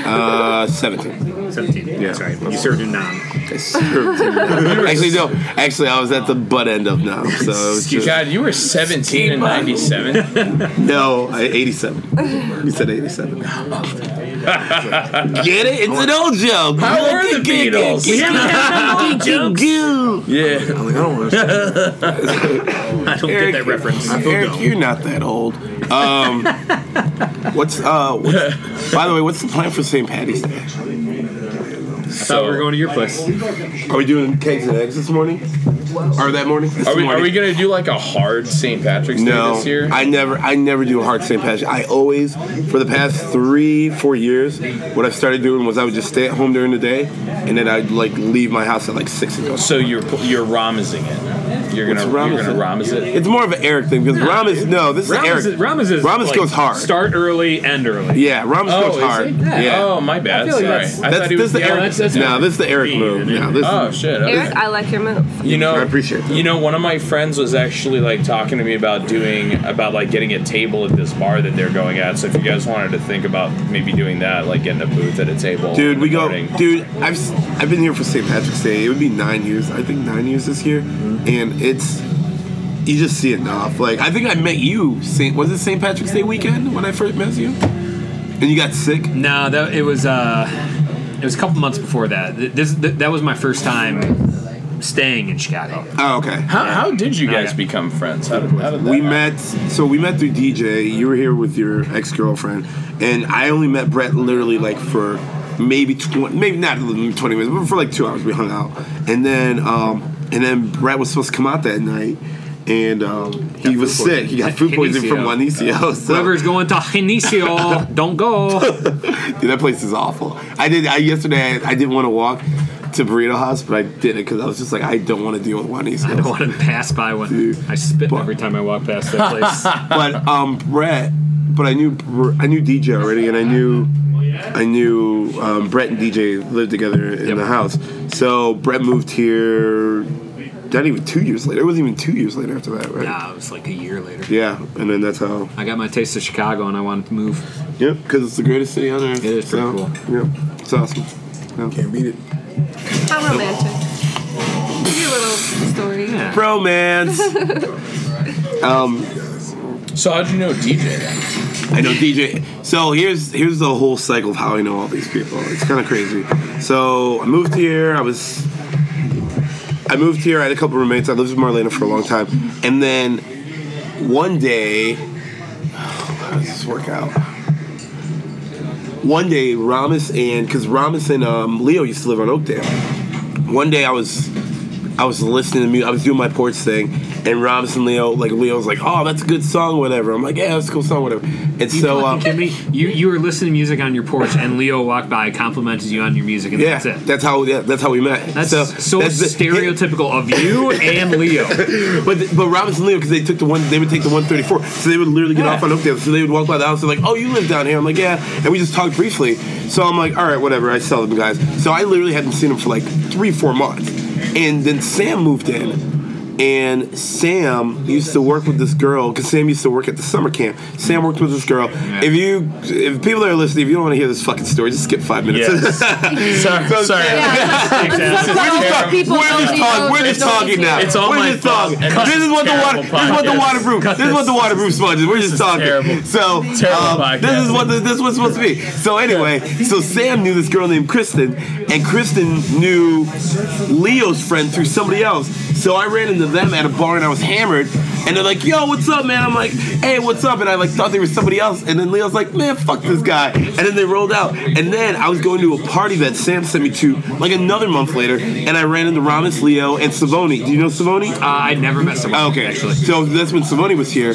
F: uh, seventeen.
I: 17. Yeah. That's right. You served in non.
F: I served in- actually, no. Actually, I was at the butt end of now. So it was just-
G: God, you were 17 in 97.
F: no, I, eighty-seven. You said eighty-seven. Get it? It's an old joke.
G: How were the Beatles? Yeah.
D: I'm like, I don't want to.
I: I don't
F: Eric,
I: get that reference.
F: I feel Eric, you're not that old. Um, what's uh? What's, by the way, what's the plan for St. Patty's Day?
A: thought we were going to your place.
F: Are we doing cakes and eggs this morning? Or that morning? This
G: Are we, are
F: morning.
G: we gonna do like a hard St. Patrick's Day
F: No,
G: this year?
F: I never, I never do a hard St. Patrick's. I always, for the past three, four years, what I started doing was I would just stay at home during the day, and then I'd like leave my house at like six o'clock.
G: so you're pu- you're ramazing it. You're gonna you're gonna ramiz it.
F: It's more of an Eric thing because Rama's no, this
A: Rama's
F: is
A: is,
F: Eric.
A: Rama's is
F: Rama's
A: like,
F: goes hard.
A: Start early, end early.
F: yeah, Rama's
G: Oh,
F: goes
G: is
F: hard.
G: it?
F: Yeah.
G: Oh, my bad.
A: feel like
G: Sorry.
A: that's-
G: I
F: That's,
G: thought he
F: this
G: was
F: is the
G: the
F: Eric.
A: that's- that's
F: no, this is the Eric move. No, this
G: Oh
F: is,
G: shit. Okay.
E: Eric, I like your move.
G: You know,
F: I appreciate that.
G: You know, one of my friends was actually like talking to me about doing about like getting a table at this bar that they're going at. So if you guys wanted to think about maybe doing that, like getting a booth at a table,
F: Dude,
G: in
F: we
G: the
F: go.
G: morning.
F: Dude, I've s- I've been here for St. Patrick's Day. It would be nine years. I think nine years this year, and it's you just see it off. Like I think I met you. Saint was it St. Patrick's Day weekend when I first met you, and you got sick.
A: No, that it was. Uh, it was a couple months before that. Th- This th- that was my first time staying in Chicago.
F: Oh, okay.
G: How, how did you guys
A: Okay.
G: become friends? How
A: Uh,
G: did, how did that
F: We met. So we met through DJ. You were here with your ex girlfriend, and I only met Brett literally like for maybe twenty, maybe not twenty minutes, but for like two hours we hung out, and then um, and then Brett was supposed to come out that night. And um, he was sick. He got food poisoning from Juanicio. So.
A: Whoever's going to Geneseo, don't go.
F: Dude, that place is awful. I did. I yesterday. I, I didn't want to walk to Burrito House, but I did it because I was just like, I don't want to deal with Juanicio.
A: I don't want to pass by one. I spit every time I walk past that place.
F: but um, Brett, but I knew Br- I knew DJ already, and I knew I knew um, Brett and DJ lived together in
A: Yep.
F: the house. So Brett moved here. Not even two years later. It wasn't even two years later after that, right?
A: nah, it was like a year later.
F: Yeah, and then that's how.
A: I got my taste of Chicago and I wanted to move.
F: Yep, because it's the greatest city on earth.
A: It is pretty
F: so, Yep, it's awesome. Yeah.
D: Can't beat it.
E: How romantic. Your little story.
A: Yeah.
F: Bromance.
G: So how'd you know DJ then?
F: I know DJ. So here's here's the whole cycle of how I know all these people. It's kind of crazy. So I moved here. I was I moved here. I had a couple roommates. I lived with Marlena for a long time, and then one day, how does this work out? One day, Ramos and because Ramos and um, Leo used to live on Oakdale. One day, I was I was listening to music. I was doing my porch thing, and Ramos and Leo like Leo's like, "Oh, that's a good song, whatever." I'm like, "Yeah, that's a cool song, whatever." And so, um,
I: uh,
A: Jimmy, you you were listening to music on your porch, and Leo walked by, complimented you on your music, and
F: yeah,
A: that's it.
F: that's how yeah, that's how we met.
A: That's so,
F: the-
A: stereotypical of you and Leo. Uh,
F: But the, but Robinson Leo because they took the one they would take the one thirty four so they would literally get
A: Yeah.
F: off on Oakdale so they would walk by the house and like oh you live down here I'm like yeah and we just talked briefly so I'm like all right whatever I sell them guys so I literally hadn't seen them for like three four months and then Sam moved in and Sam used to work with this girl because Sam used to work at the summer camp Sam worked with this girl if you if people that are listening if you don't want to hear this fucking story just skip five minutes
G: sorry, sorry.
E: Yeah, let's, let's talk about all the people
F: we're just,
E: don't
F: talking.
E: know
F: we're just
E: that don't
F: talking
E: do.
F: now.
G: It's all
F: we're
G: my
F: just
G: fault.
F: talking.
G: Cut
F: This is what the
G: this
F: water.
G: terrible
F: This is what the
G: podcast.
F: waterproof.
G: Cut
F: This is what the
G: this.
F: waterproof sponge is. We're just
G: is
F: talking.
G: terrible.
F: So
G: Terrible
F: um, this is
G: podcast.
F: what the, this was supposed to be. So anyway, so Sam knew this girl named Kristen, and Kristen knew Leo's friend through somebody else. So I ran into them at a bar and I was hammered, and they're like, "Yo, what's up, man?" I'm like, "Hey, what's up?" And I like thought they were somebody else, and then Leo's like, "Man, fuck this guy," and then they rolled out, and then I was going to a party that Sam sent me to like another month later, and I ran into Ramos, Leo, and Savoni. Do you know Savoni?
A: Uh, I never met someone.
F: Oh, Okay,
A: actually.
F: So that's when Savoni was here.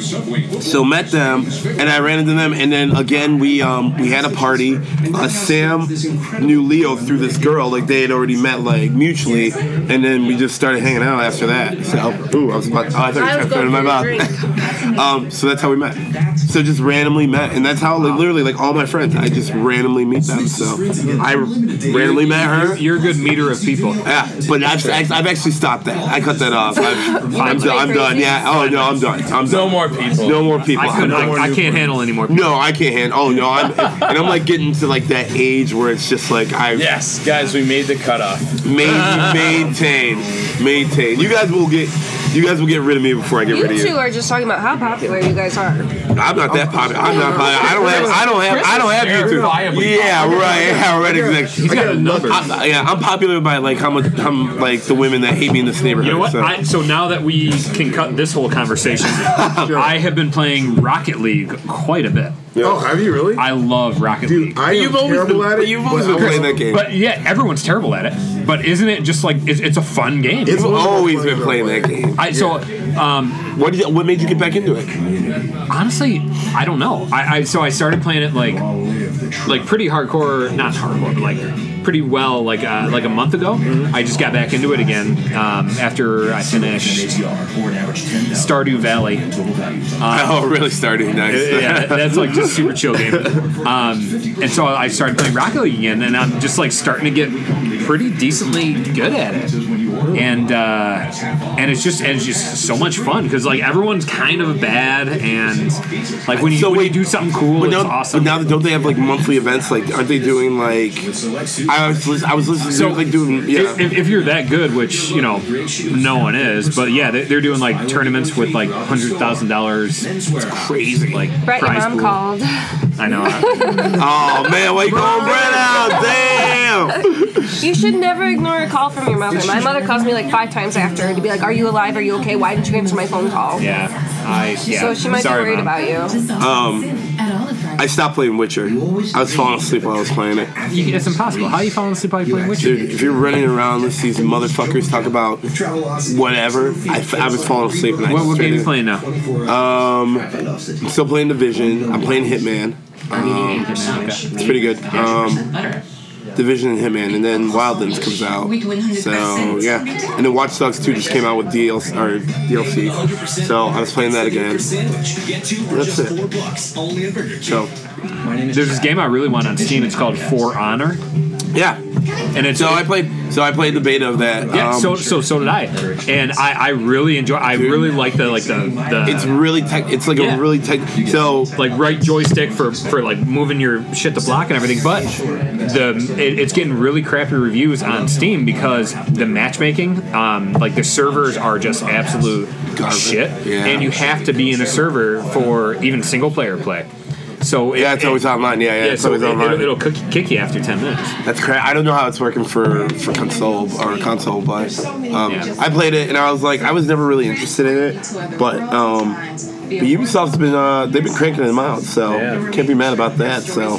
F: So met them, and I ran into them, and then again we um, we had a party. Uh, Sam knew Leo through this girl, like they had already met like mutually, and then we just started hanging out after that. So ooh, I was about, oh, I thought you
E: I
F: tried
E: was
F: to put it
E: going
F: in my
E: for a
F: mouth. um, so that's how we met. So just randomly met, and that's how like literally like all my friends, I just randomly meet them. So I randomly met her.
A: You're a good meter of people.
F: Yeah, but I've, I've actually stopped that. I cut that off. I've, I'm, done, I'm done. Yeah. Oh no, I'm done. I'm
G: No
F: done.
G: more people.
F: No more people.
A: I, couldn't,
F: I'm
A: I,
F: done.
A: I can't handle any more people.
F: no, I can't handle. Oh no, I'm and I'm like getting to like that age where it's just like I
G: Yes, guys, we made the cutoff.
F: main, maintain, maintain. You guys will get, you guys will get rid of me before I get rid of
E: You two
F: you.
E: are just talking about how popular you guys are.
F: I'm not that popular. I'm not popular. I don't have. I don't have. I don't have YouTube.
G: Verifiably
F: Yeah, right. Yeah, right. Exactly.
A: got numbers.
F: I'm, yeah, I'm popular by like how much, how like the women that hate me in this neighborhood.
A: You know what?
F: So.
A: I, so now that we can cut this whole conversation, I have been playing Rocket League quite a bit.
D: Oh, have you really?
A: I love Rocket League.
D: Dude, I am
F: You've always
D: terrible
F: been-
D: at it.
F: You've always
D: but
F: been
D: I
F: playing
D: was-
F: that game.
A: but yeah, everyone's terrible at it. But isn't it just like it's, it's a fun game?
F: You've
D: It's one of the
F: always
D: ones
F: been
D: that
F: playing that game.
A: I, so um,
F: What did you, what made you get back into it?
A: honestly, I don't know. I, I so I started playing it like like pretty hardcore, not hardcore, but like pretty well like uh, like a month ago. I just got back into it again um, after I finished Stardew Valley.
F: oh, really? Starting next.
A: yeah, that- that's like just super chill game. Um, and so I started playing Rocket League again, and I'm just like starting to get pretty decently good at it. And uh, and it's just and it's just so much fun because like everyone's kind of bad, and like when you,
F: So
A: when
F: wait,
A: you do something cool,
F: But
A: it's
F: now, but
A: awesome.
F: now, don't they have like monthly events? Like, aren't they doing like? I was, lis- I was listening
A: So,
F: to like doing yeah.
A: if, if, if you're that good, which you know no one is, but yeah, they, they're doing like tournaments with like hundred thousand dollars. It's crazy. Like
E: Brett, your
A: prize
E: mom
A: pool.
E: called.
A: I know.
F: oh man, why you calling Brett out? Damn.
E: You should never ignore a call from your mother. My mother calls me like five times after to be like, "Are you alive? Are you okay? Why didn't you answer my phone call?"
A: yeah. I yeah.
E: So she might
A: Sorry,
E: be worried
A: Mom.
E: about you.
F: Um, I stopped playing Witcher. I was falling asleep while I was playing it.
A: You- It's impossible. How are you falling asleep while you're playing Witcher?
F: Dude, if you're running around, let's see these motherfuckers talk about whatever. I, f- I was falling asleep. And I
A: What,
F: just
A: what
F: turned
A: game are
F: it-
A: you playing now?
F: Um, I'm still playing Division. I'm playing Hitman. Um, it's pretty good. Um, Division and Hitman, and then Wildlands comes out. So yeah, and then Watch Dogs 2 just came out with DLC or DLC. So I was playing that again. That's it. So
A: There's this game I really want on Steam. It's called For Honor,
F: yeah.
A: and it's
F: So I played. So I played the beta of that.
A: yeah.
F: Um,
A: so so so did I, and I I really enjoy. I really like the like the, the
F: it's really tech. It's like
A: Yeah.
F: a really tech. So
A: like right joystick for for like moving your shit to block and everything. But the it, it's getting really crappy reviews on Steam because the matchmaking, um, like the servers are just absolute
F: Garbage.
A: shit,
F: Yeah.
A: and you have to be in a server for even single player play. So it,
F: yeah, it's
A: it-
F: always online. Yeah, yeah,
A: Yeah,
F: it's
A: so it,
F: always online.
A: it'll, it'll kick- kick you after ten minutes.
F: That's correct. I don't know how it's working for for console or console, but um, I played it and I was like, I was never really interested in it, but um, but Ubisoft's been uh, they've been cranking them out, so can't be mad about that. So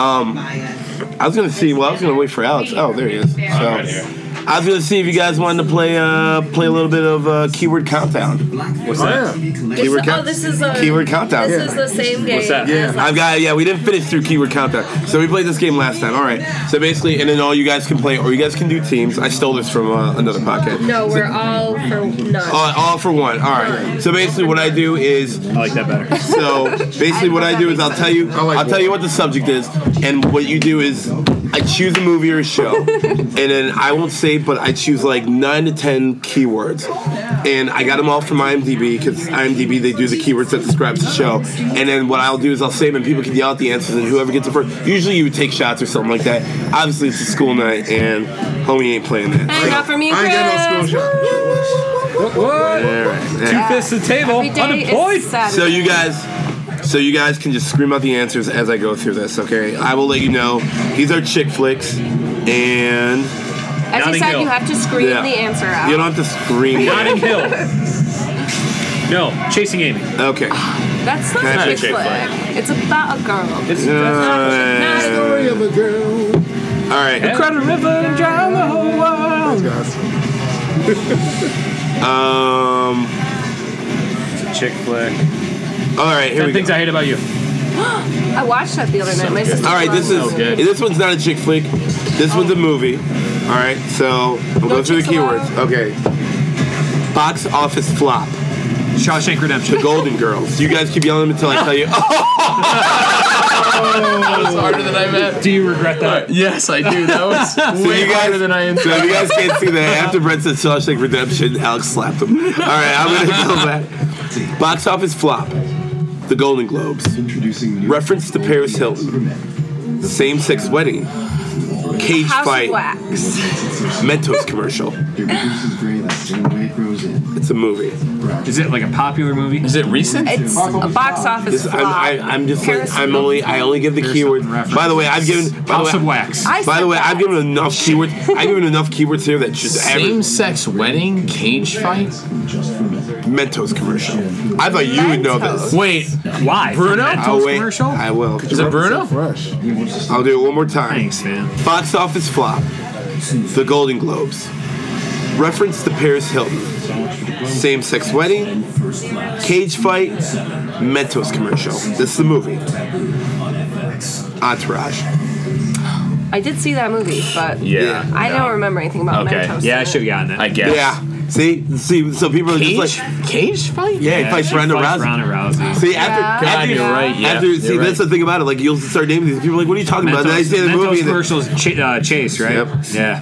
F: um, I was gonna see. Well, I was gonna wait for Alex. Oh, there he is. So I was gonna see if you guys wanted to play uh, play a little bit of uh, keyword countdown.
D: What's that?
F: Keyword
E: This- oh, this is a
F: Keyword countdown.
E: This is the same game. What's
A: that?
D: Yeah.
F: I've got yeah. We didn't finish through keyword countdown, so we played this game last time. All right. So basically, and then all you guys can play, or you guys can do teams. I stole this from uh, another podcast.
E: No, we're all for none.
F: All, all for one. All right. So basically, what I do is
A: I like that better.
F: so basically what I do is I'll tell you
D: like
F: I'll tell you what the subject is, and what you do is I choose a movie or a show, and then I won't say, but I choose like nine to ten keywords, and I got them all from IMDb because IMDb they do the keywords that describes the show, and then what I'll do is I'll say them, and people can yell out the answers, and whoever gets it first. Usually you would take shots or something like that. Obviously it's a school night, and homie ain't playing that.
E: Hey, not for me,
D: I ain't got no
E: Chris.
D: school shot.
F: All right. Yeah.
A: Fist the table.
E: Every day is Saturday.
F: So you guys, so you guys can just scream out the answers as I go through this, okay? I will let you know. These are chick flicks, and
E: As you
G: Notting
E: said,
G: Hill.
E: you have to scream
F: Yeah.
E: the answer out.
F: You don't have to scream.
G: Notting Hill.
A: No, chasing Amy.
F: Okay.
E: That's not
F: That's
E: a
F: a
E: chick
F: chick
E: flick. It's about a girl.
G: It's
E: Not a girl.
F: Uh, all right.
G: Cry the river and drown the whole world.
D: guys.
F: Um.
I: Chick flick.
F: All right. Here we
G: Ten
F: go.
G: things I hate about you.
E: I watched that the other night. My sister.
F: All right, this is
E: loves it.
G: good.
F: this one's not a chick flick. This one's
E: Oh.
F: a movie. All right, so we'll go
E: No
F: through the
E: chicks
F: keywords.
E: allowed.
F: Okay. Box office flop.
A: Shawshank Redemption.
F: The Golden Girls. You guys keep yelling until I tell you. Oh,
J: It's harder than I meant.
A: Do you regret that?
J: Yes, I do. That was way
F: you guys-
J: harder than I
F: so
J: intended.
F: if you guys can't see that. After Brent said Shawshank Redemption, Alex slapped him. All right, I'm gonna go back. Box office flop. The Golden Globes.
K: Introducing
F: Reference to Paris Hilton. Same-sex wedding. Cage
E: House
F: fight.
E: of Wax.
F: Mentos commercial. It's a movie.
A: Is it like a popular movie?
G: Is it recent?
E: It's a box office
F: This, I'm,
E: flop.
F: I, I'm just like
E: Paris
F: I'm only I only give the
A: Paris Hilton
F: keywords. By the way, I've given by
A: House
F: the
A: of
F: way,
A: Wax.
E: I
F: by
E: said
F: the way, I've
E: that.
F: given enough keywords. I've given enough keywords here that should
J: Same
F: average
J: sex wedding cage fight.
F: Mentos commercial. I thought you would know this.
G: Wait,
A: Why?
G: Bruno?
F: I'll
A: Mentos
F: wait.
A: commercial?
F: I will.
J: Is it Bruno?
D: Fresh.
F: I'll do it one more time.
A: Thanks, man.
F: Box office flop. The Golden Globes. Reference to Paris Hilton. Same sex wedding. Cage fight. Mentos commercial. This is the movie. Entourage.
E: I did see that movie, but
G: Yeah.
E: I don't remember anything about
G: Okay.
E: Mentos.
A: Yeah, I should have gotten it.
G: I guess.
F: Yeah. See, see, so people are just
G: Cage?
F: like,
G: Cage fight?
F: yeah, he
A: Yeah,
F: fights
A: she
F: Ronda
A: fights
F: Rousey.
A: Ronda Rousey.
F: See, after,
E: Yeah.
F: after,
G: God, you're right. Yeah.
F: after see,
G: you're
F: that's the
G: right.
F: thing about it. Like, you'll start naming these people. Are like, what are you talking about? Then I say the
A: Mentos
F: movie. and then-
A: commercials, cha- uh, Chase, right?
F: Yep.
A: Yeah.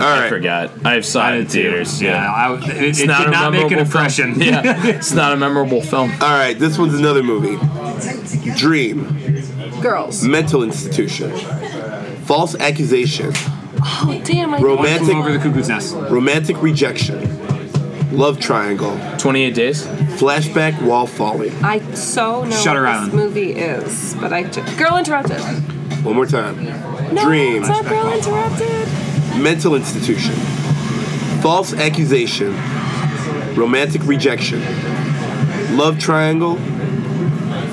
F: All
G: I
F: right.
G: forgot. I've saw it in theaters.
A: Yeah.
G: Yeah.
A: I, it it
G: It's not
A: did
G: a
A: not make an
G: memorable
A: impression.
G: film. Yeah. It's not a memorable film.
F: All right. This one's another movie. Dream,
E: Girls.
F: mental institution, false accusation,
E: Oh, damn. I
F: Romantic-
A: Flew over the cuckoo's nest.
F: romantic rejection, love triangle,
G: 28 days?
F: flashback wall falling.
E: I so know
A: Shutter
E: what
A: Island.
E: this movie is, but I ju- Girl Interrupted.
F: One more time.
E: No,
F: Dream,
E: it's not Girl Interrupted.
F: mental institution, false accusation, romantic rejection, love triangle,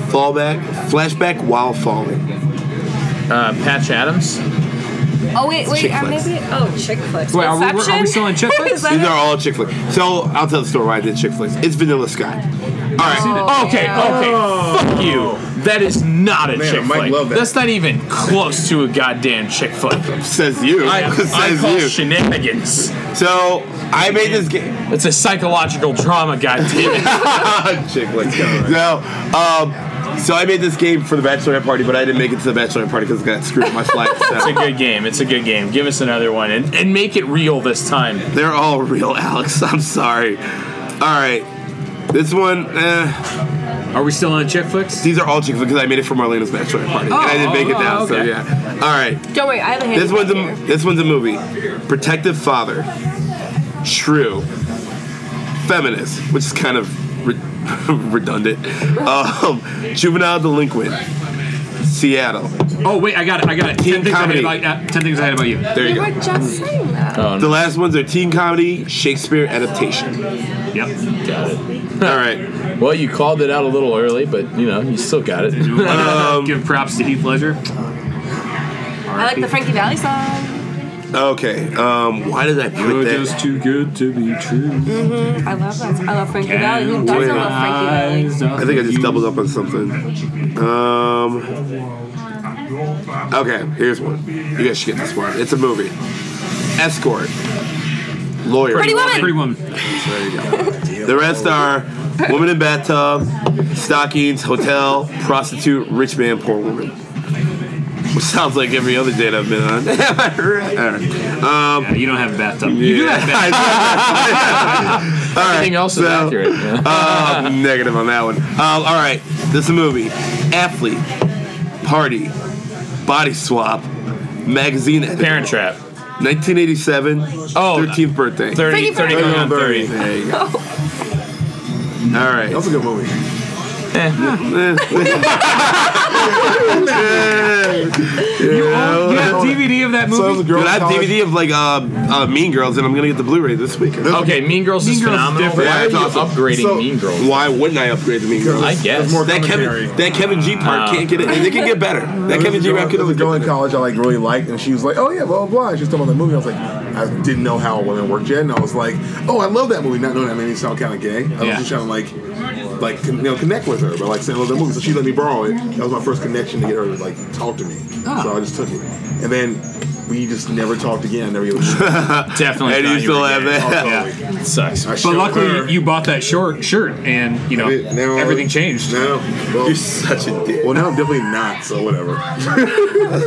F: fallback, flashback while falling.
G: Uh, Patch Adams?
E: Oh wait, wait,
F: Chick
E: uh,
F: flicks.
E: maybe. Oh, chick flicks.
A: Wait, are we- are we
E: Inception?
A: still on chick
E: Is
A: flicks?
E: that
F: These
E: it?
F: are all chick flicks. So I'll tell the story why I did chick flicks. It's Vanilla Sky. All
E: Oh.
F: right.
G: Okay, okay, fuck you. That is not a
D: Man,
G: chick
D: Mike
G: flick.
D: loved that.
G: That's not even close to a goddamn chick flick.
F: Says you.
G: I, I
F: Says
G: call
F: you.
G: shenanigans.
F: So I made this game.
G: It's a psychological drama, goddamn.
F: chick flicks. No. Um, so I made this game for the bachelorette party, but I didn't make it to the bachelorette party because it got screwed up my flight.
G: it's a
F: So.
G: good game. It's a good game. Give us another one and, and make it real this time.
F: They're all real, Alex. I'm sorry. All right. This one, eh.
A: Are we still on chick flicks?
F: These are all chicks because I made it for Marlena's bachelor party, and I didn't make it down. So yeah. All right.
E: Don't worry, I have a hand.
F: This one's a, this one's a movie. Protective father, shrew, feminist, which is kind of re- redundant. Um, juvenile delinquent, Seattle.
A: Oh wait, I got it. I got it.
F: Teen
A: Ten things, I hate
F: comedy.
A: about, uh, ten things I hate about you.
F: There you
E: We were
F: go.
E: just saying that.
F: The last ones are teen comedy, Shakespeare adaptation.
A: Yep.
G: Got it.
F: All right.
G: Well, you called it out a little early, but you know you still got it.
F: Um,
A: Give props to Heath Ledger.
E: I like the Frankie Valley song.
F: Okay. Um, why did I put
A: You're
F: that?
A: just too good to be true.
E: I love that. I love Frankie Valley. Who doesn't love Frankie Valley?
F: I think I just doubled up on something. Um. Okay, here's one. You guys should get this one. It's a movie. Escort. Lawyer.
E: Pretty
A: Pretty
E: Woman.
A: woman.
F: There you go. The rest are woman in bathtub, stockings, hotel, prostitute, rich man, poor woman. Which sounds like every other date I've been on. Am I right? All right.
A: Yeah, you don't have a bathtub. You do have a bathtub.
F: Yeah. All right,
G: Everything else is
F: so-
G: accurate. yeah.
F: Uh, negative on that one. Um, all right, this is a movie. Athlete, party, body swap, magazine edit.
G: Parent Trap.
F: 1987.
G: Oh,
F: 13th birthday.
G: 30,
E: Freaky
G: 30
E: Friday.
G: going on 30.
F: There you go. All right.
D: That's a good movie.
A: You have DVD of that
D: So
A: movie?
D: the
F: Dude,
D: girl
F: I have
D: college-
F: DVD of like uh, uh, Mean Girls, and I'm gonna get the Blu-ray this week.
G: Okay, Mean Girls is
A: Mean Girls is
G: phenomenal.
A: different.
G: Why are you
F: That's awesome.
G: upgrading
D: So-
G: Mean Girls?
F: Why wouldn't I upgrade the Mean Girls?
G: I guess. More
F: that
D: commentary.
F: Kevin that Kevin G part
G: Oh.
F: can't get it. They can get better. That
D: There
F: Kevin
D: was
F: G
D: a
F: rap
D: girl,
F: could
D: there was a
F: only
D: girl
F: get
D: in
F: better.
D: college I like really liked, and she was like, "Oh yeah, blah blah." blah. She was talking about the movie. I was like, I didn't know how women worked yet, and I was like, "Oh, I love that movie." Not knowing that made me sound kind of gay. I
A: Yeah.
D: was just trying to like, like con- you know, connect with her, but like saying I love that movie. So she let me borrow it. That was my first connection to get her to like talk to me.
A: Ah.
D: So I just took it, and then we just never talked again. I never. Even
G: Definitely.
F: And
G: thought
F: you still
G: were
F: have
G: gay.
F: that.
D: yeah.
G: It sucks.
D: I
A: But
D: showed
A: luckily,
D: her.
A: you bought that short shirt, and you know
D: It- now-
A: everything changed.
D: Now, well,
F: You're such a dick.
D: well, now I'm definitely not. So whatever.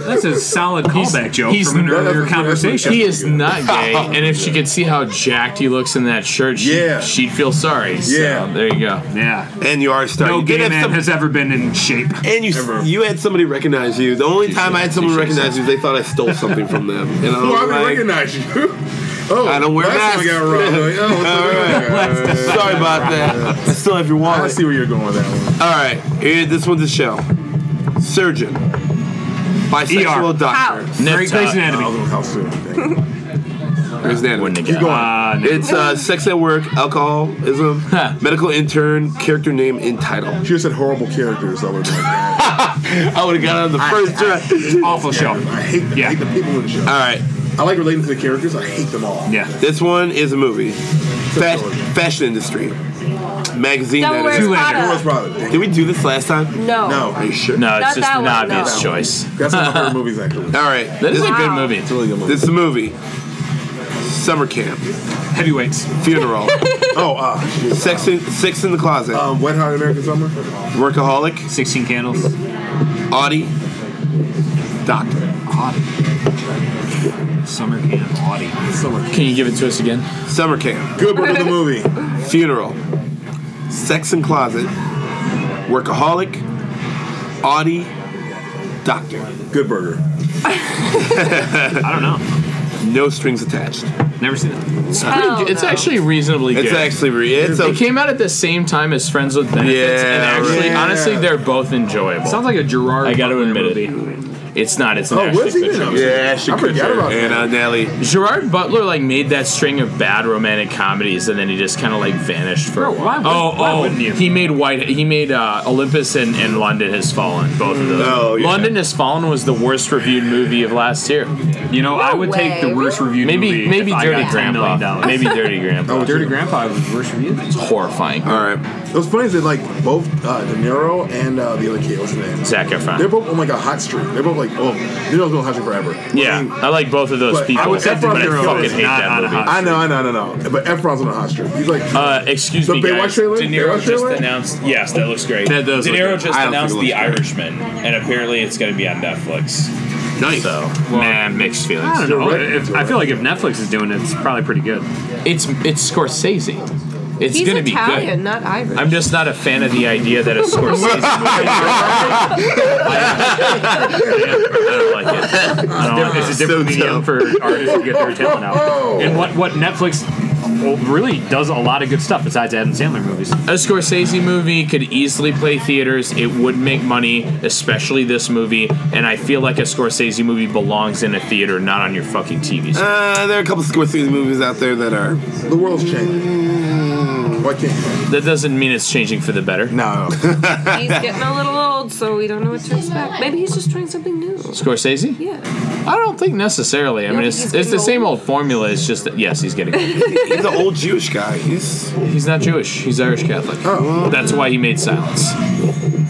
A: That's a solid callback joke
G: he's
A: from an
G: nervous.
A: earlier conversation.
G: He is not gay, and if she could see how jacked he looks in that shirt, she,
D: Yeah.
G: she'd feel sorry.
D: Yeah.
G: So, there you go.
A: yeah.
F: And you are starting.
A: No
F: you did
A: gay
F: have
A: man
F: some-
A: has ever been in shape.
F: and you
D: ever-
F: you had somebody recognize you. The only time I had someone
G: Touche,
F: recognize you, they thought I stole something from them. And I
D: Oh, I
F: was
D: didn't
F: like,
D: recognize you. Oh,
F: I don't wear
D: last time I
F: masks.
D: got robbed. Like, oh, what's up?
F: Sorry about that. I still have your
D: Oh, I
F: wallet.
D: see where you're going with that one.
F: All right, here, this one's a show. Surgeon, bisexual
A: ER.
F: doctor.
A: Great Grey's
G: Nipta.
D: I
A: Anatomy.
D: was on house too. Dang.
F: Where's that?
G: Wouldn't have got
A: Uh, no.
F: It's uh, sex at work, alcoholism,
G: Huh.
F: medical intern, character name, and title.
D: She just said horrible characters. I would have been like,
F: I would have got on the first try.
G: Oh.
A: awful show.
D: I hate,
A: Yeah.
D: I hate the people in the show.
F: All right,
D: I like relating to the characters. I hate them all.
A: Yeah.
F: this one is a movie. Fas- fashion industry, magazine.
E: Don't
F: that
E: wear
F: is.
D: That's
E: Prada.
D: probably. Dang.
F: Did we do this last time?
E: No.
D: No,
F: Are you sure?
G: No, it's
E: Not
G: just
E: that
G: an
E: one,
G: obvious
E: no.
G: choice.
D: that's one of my favorite movies actually.
F: All right,
G: That is
F: this,
G: a good
E: Wow.
G: movie.
D: It's a really good movie.
F: this is a movie. Summer camp,
A: Heavyweights.
F: funeral,
D: Oh, uh, shit.
F: sex in, six in the closet,
G: Uh.
D: um, Wet Hot American Summer.
F: workaholic,
A: 16 candles.
F: Audi, doctor.
A: Audi. Summer camp. Audi.
D: Summer.
G: Can you give it to us again?
F: Summer camp,
D: Good part of the movie.
F: funeral, sex in closet, workaholic, Audi, doctor.
D: Good Burger.
A: I don't know.
F: No strings attached.
A: Never seen it.
G: It's, pretty
E: Hell
G: good. it's
E: no.
G: actually reasonably
F: It's
G: good.
F: actually re- it's
G: it
F: okay.
G: came out at the same time as Friends with Benefits, and
F: Yeah,
G: actually,
D: right.
G: honestly, they're both enjoyable.
A: Sounds like a Gerard.
G: I gotta
A: Butler
G: admit it.
A: movie.
G: it's not. It's an
D: Oh,
G: actually
D: what's he
G: good
D: been up
G: show.
D: to?
F: Yeah, she
D: I forgot
F: could.
D: about that.
F: Anna uh, Nelly.
G: Gerard Butler like made that string of bad romantic comedies, and then he just kind of like vanished for a
A: Bro,
G: while.
A: why would-
G: oh,
A: why
G: oh,
A: wouldn't you?
G: he made White. He made uh, Olympus and, and London Has Fallen. Both of those.
F: Oh, yeah.
G: London Has Fallen was the worst reviewed movie of last year.
A: You know, I would
E: way.
A: take the worst reviewed
G: Maybe
A: movie.
G: maybe
A: if I
G: Dirty
A: got $10 million
G: Grandpa.
A: dollars.
G: Maybe Dirty Grandpa.
A: Dirty Grandpa was the worst reviewed.
G: It's horrifying.
F: All right.
D: What's funny is that like both uh, De Niro and uh, the other kid, what's his name?
G: Zac
D: They're
G: Efron.
D: both on like a hot streak. They're both like, oh, De Niro's been on hot streak forever.
G: Yeah,
D: I mean,
G: I like both of those
D: but I
G: people,
D: would say
G: but I
D: De Niro
G: fucking
D: is
G: hate
A: not
G: that
A: on a
G: movie.
A: hot-
D: I know, I know, I know, I know. But Efron's on a hot streak. He's like,
G: Uh, excuse
D: The
G: me,
D: Baywatch
G: guys.
D: trailer?
G: De Niro
D: Baywatch
G: just
D: trailer?
G: announced. Yes, that looks great.
A: That does
G: De
A: look
G: Niro
A: good.
G: just
F: I don't
G: announced
F: think it
G: The
F: looks great.
G: Irishman, and apparently it's going to be on Netflix.
F: Nice.
G: So, nah, mixed feelings.
A: I don't know.
D: Direct-
A: If, I feel like if Netflix is doing it, it's probably pretty good.
G: It's it's Scorsese. It's
E: He's
G: going to be
E: Italian,
G: good.
E: not Irish.
G: I'm just not a fan of the idea that a Scorsese. movie- I, I don't like it.
A: I don't know. It's a
F: So
A: different medium
F: dumb.
A: for artists to get their talent out. And what what Netflix well, really does a lot of good stuff besides Adam Sandler movies.
G: A Scorsese movie could easily play theaters. It would make money, especially this movie. And I feel like a Scorsese movie belongs in a theater, not on your fucking TV. screen.
F: Uh, there are a couple Scorsese movies out there that are.
D: the world's changing. Why can't you?
G: that doesn't mean it's changing for the better.
D: No.
E: he's getting a little old, so we don't know what to expect. Maybe he's just trying something new.
G: Scorsese?
E: Yeah.
G: I don't think necessarily. I
E: don't
G: mean,
E: think
G: it's,
E: he's
G: it's the
E: getting
G: same
E: old?
G: old formula. It's just that yes, he's getting. Old.
F: He's an old Jewish guy. He's
G: He's not Jewish. He's Irish Catholic.
F: Oh.
G: That's why he made Silence.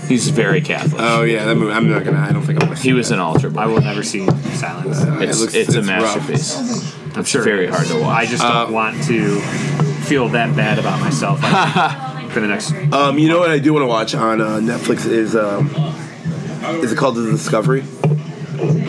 G: He's very Catholic.
F: oh yeah, that movie. I'm not gonna. I don't think I'm gonna.
G: he was an altar boy.
A: I will never see Silence.
G: It's,
F: looks-
G: it's, a
F: it's rough.
G: masterpiece.
A: I'm sure.
G: very
A: it is.
G: hard to watch.
A: I just don't want to feel that bad about myself I think, for the next.
F: Um, you know what I do want to watch on uh, Netflix is um, is it called The Discovery?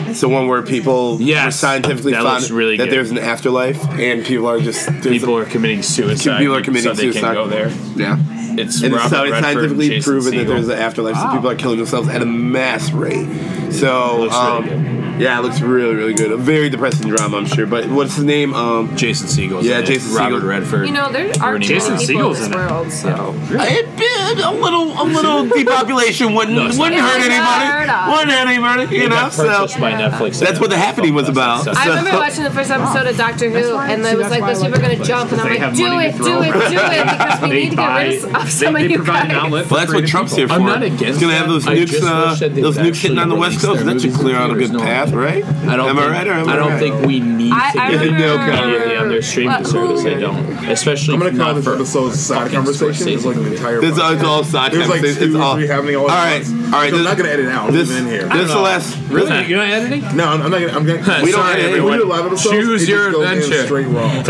F: It's the one where people
G: Yes.
F: were scientifically
G: That
F: found
G: looks really
F: that
G: good.
F: there's an afterlife and people are just there's
G: People are committing suicide.
F: people are committing
G: so they
F: suicci-
G: Can go there.
F: yeah.
G: It's
F: And it's sci-
G: Robert Redford and
F: scientifically
G: Jason
F: proven that
G: Segel.
F: there's an afterlife, so people are killing themselves at a mass rate. So
G: Looks really
F: um, Yeah, it looks really, really good. A very depressing drama, I'm sure. But what's his name? Um,
G: Jason Siegel's
F: Yeah,
G: in it.
F: Jason
G: Robert
F: Segel.
G: Redford.
E: You know, there are
G: Rooney
E: too
G: Mara.
E: many people in
A: Siegel's
E: this
A: in it.
E: world, so
F: it- it- a little, a little depopulation wouldn't
G: it's
F: wouldn't
E: not.
F: hurt
E: It's not hurt
F: anybody.
E: us.
F: Wouldn't hurt anybody. You
G: It
F: know,
G: got
F: so
G: purchased by Netflix.
F: That's what The Happening was about.
E: I remember watching the first episode of Doctor Who, and I was like, "Those people are gonna jump," and I'm
A: they
E: like,
A: have
E: "Do
A: money to
E: it, do
A: throw.
E: it, do it," because we
A: They
E: need to get
A: buy.
E: rid of some
A: they,
E: of
A: they
E: you
A: provide an
E: guys.
A: outlet. For
F: Well, that's what
A: creative
F: Trump's
A: people.
F: here for.
J: I'm not against
F: He's gonna have
J: that.
F: those
J: I
F: nukes,
J: just
F: uh,
J: wish that they
F: those
J: would
F: nukes hitting
J: actually
F: on the West
J: release their
F: Coast. That should
J: movies in
F: clear out a
J: theaters
F: good
J: no
F: path,
J: longer.
F: right?
J: I don't.
F: Am
J: think,
F: I right or am
J: I don't
F: right?
J: think we need
E: I,
J: to
E: I
J: get
E: remember
F: no, Kyle,
G: Immediately on their streaming
E: What?
G: service, they don't. Especially
D: I'm gonna call
G: not
D: this
G: for
D: episode side
G: fucking
D: conversation. It's like an entire.
F: It's, all-
D: bunch.
F: it's all side
D: There's like
F: conversations.
D: two
F: It's
D: or
F: all
D: three happening all
F: All
D: at
F: right,
D: once.
F: all right.
D: So I'm
F: this-
D: not gonna edit it out.
F: This,
D: Leave it in here.
F: this is the last.
A: Really? You're not editing?
D: No, I'm not gonna. I'm gonna.
F: We don't
D: Sorry,
F: edit
D: we
F: everyone.
D: do live episodes.
J: Choose
D: it just
J: your
D: goes in
J: adventure.
D: Straight raw.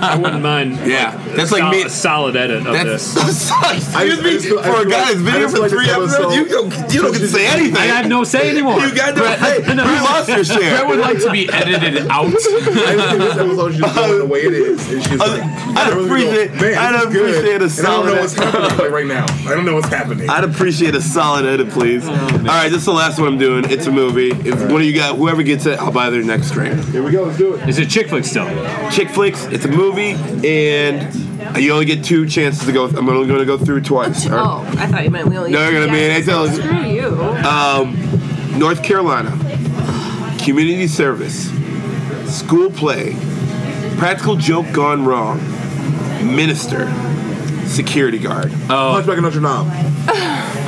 A: I wouldn't mind.
F: Yeah, that's like
A: sol-
F: me.
A: a solid edit of
F: That's
A: this.
D: I
F: excuse
D: just- I
F: me
D: just feel- I
F: for a
D: feel
F: guy
D: like-
F: that's been
D: I
F: here
D: just feel
F: for
D: like
F: three
D: this
F: episodes.
D: episode-
F: You don't, you don't get to say anything.
A: I have no say anymore.
F: You got no say. You lost your share.
G: I would like to be edited out.
D: I just think this episode should just go in the way it is. It's just like,
F: I'd
D: everyone's
F: appreciate-
D: gonna go, Man,
F: I'd
D: this is good."
F: appreciate a
D: And I don't know
F: solid-
D: what's happening like, right now. I don't know what's happening.
F: I'd appreciate a solid edit, please.
D: Oh,
F: All right, this is the last one I'm doing. It's a movie. If one of you got, whoever gets it, I'll buy their next drink.
D: Here we go. Let's do it.
A: Is it chick flick still?
F: chick flicks. It's a movie, and you only get two chances to go. I'm only going to go through twice. all right?
E: Oh, I thought you meant we only.
F: No, you're gonna be an
E: Yes,
F: angel.
E: Screw you.
F: Uh, North Carolina, community service, school play, practical joke gone wrong, minister, security guard.
G: Oh.
D: Hunchback of Notre Dame.